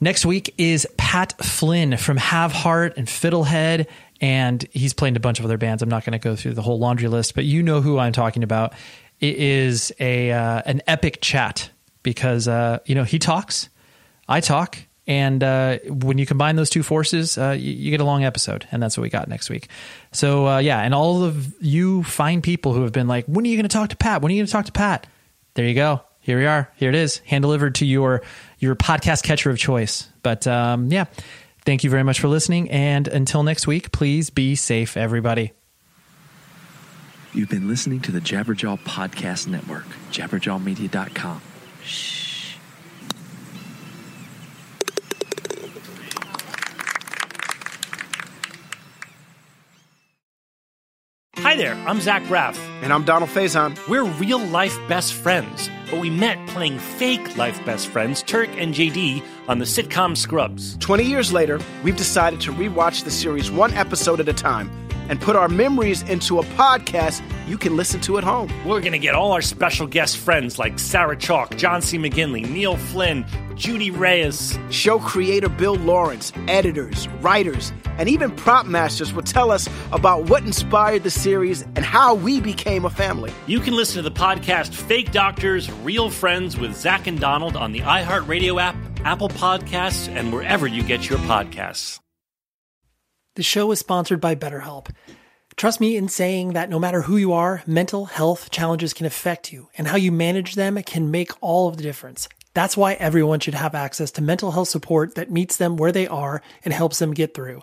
[SPEAKER 4] Next week is Pat Flynn from Have Heart and Fiddlehead, and he's played in a bunch of other bands. I'm not going to go through the whole laundry list, but you know who I'm talking about. It is a uh, an epic chat because uh, you know he talks, I talk, and uh, when you combine those two forces, uh, you, you get a long episode, and that's what we got next week. So uh, yeah, and all of you fine people who have been like, when are you going to talk to Pat? When are you going to talk to Pat? There you go. Here we are. Here it is, hand delivered to your your podcast catcher of choice. But um, yeah, thank you very much for listening, and until next week, please be safe, everybody.
[SPEAKER 18] You've been listening to the Jabberjaw Podcast Network, jabberjawmedia.com. Shh.
[SPEAKER 8] Hi there, I'm Zach Braff.
[SPEAKER 11] And I'm Donald Faison.
[SPEAKER 8] We're real life best friends, but we met playing fake life best friends, Turk and JD, on the sitcom Scrubs.
[SPEAKER 11] 20 years later, we've decided to rewatch the series one episode at a time and put our memories into a podcast you can listen to at home.
[SPEAKER 8] We're going to get all our special guest friends like Sarah Chalk, John C. McGinley, Neil Flynn, Judy Reyes.
[SPEAKER 11] Show creator Bill Lawrence, editors, writers, and even prop masters will tell us about what inspired the series and how we became a family.
[SPEAKER 8] You can listen to the podcast Fake Doctors, Real Friends with Zach and Donald on the iHeartRadio app, Apple Podcasts, and wherever you get your podcasts.
[SPEAKER 9] The show is sponsored by BetterHelp. Trust me in saying that no matter who you are, mental health challenges can affect you, and how you manage them can make all of the difference. That's why everyone should have access to mental health support that meets them where they are and helps them get through.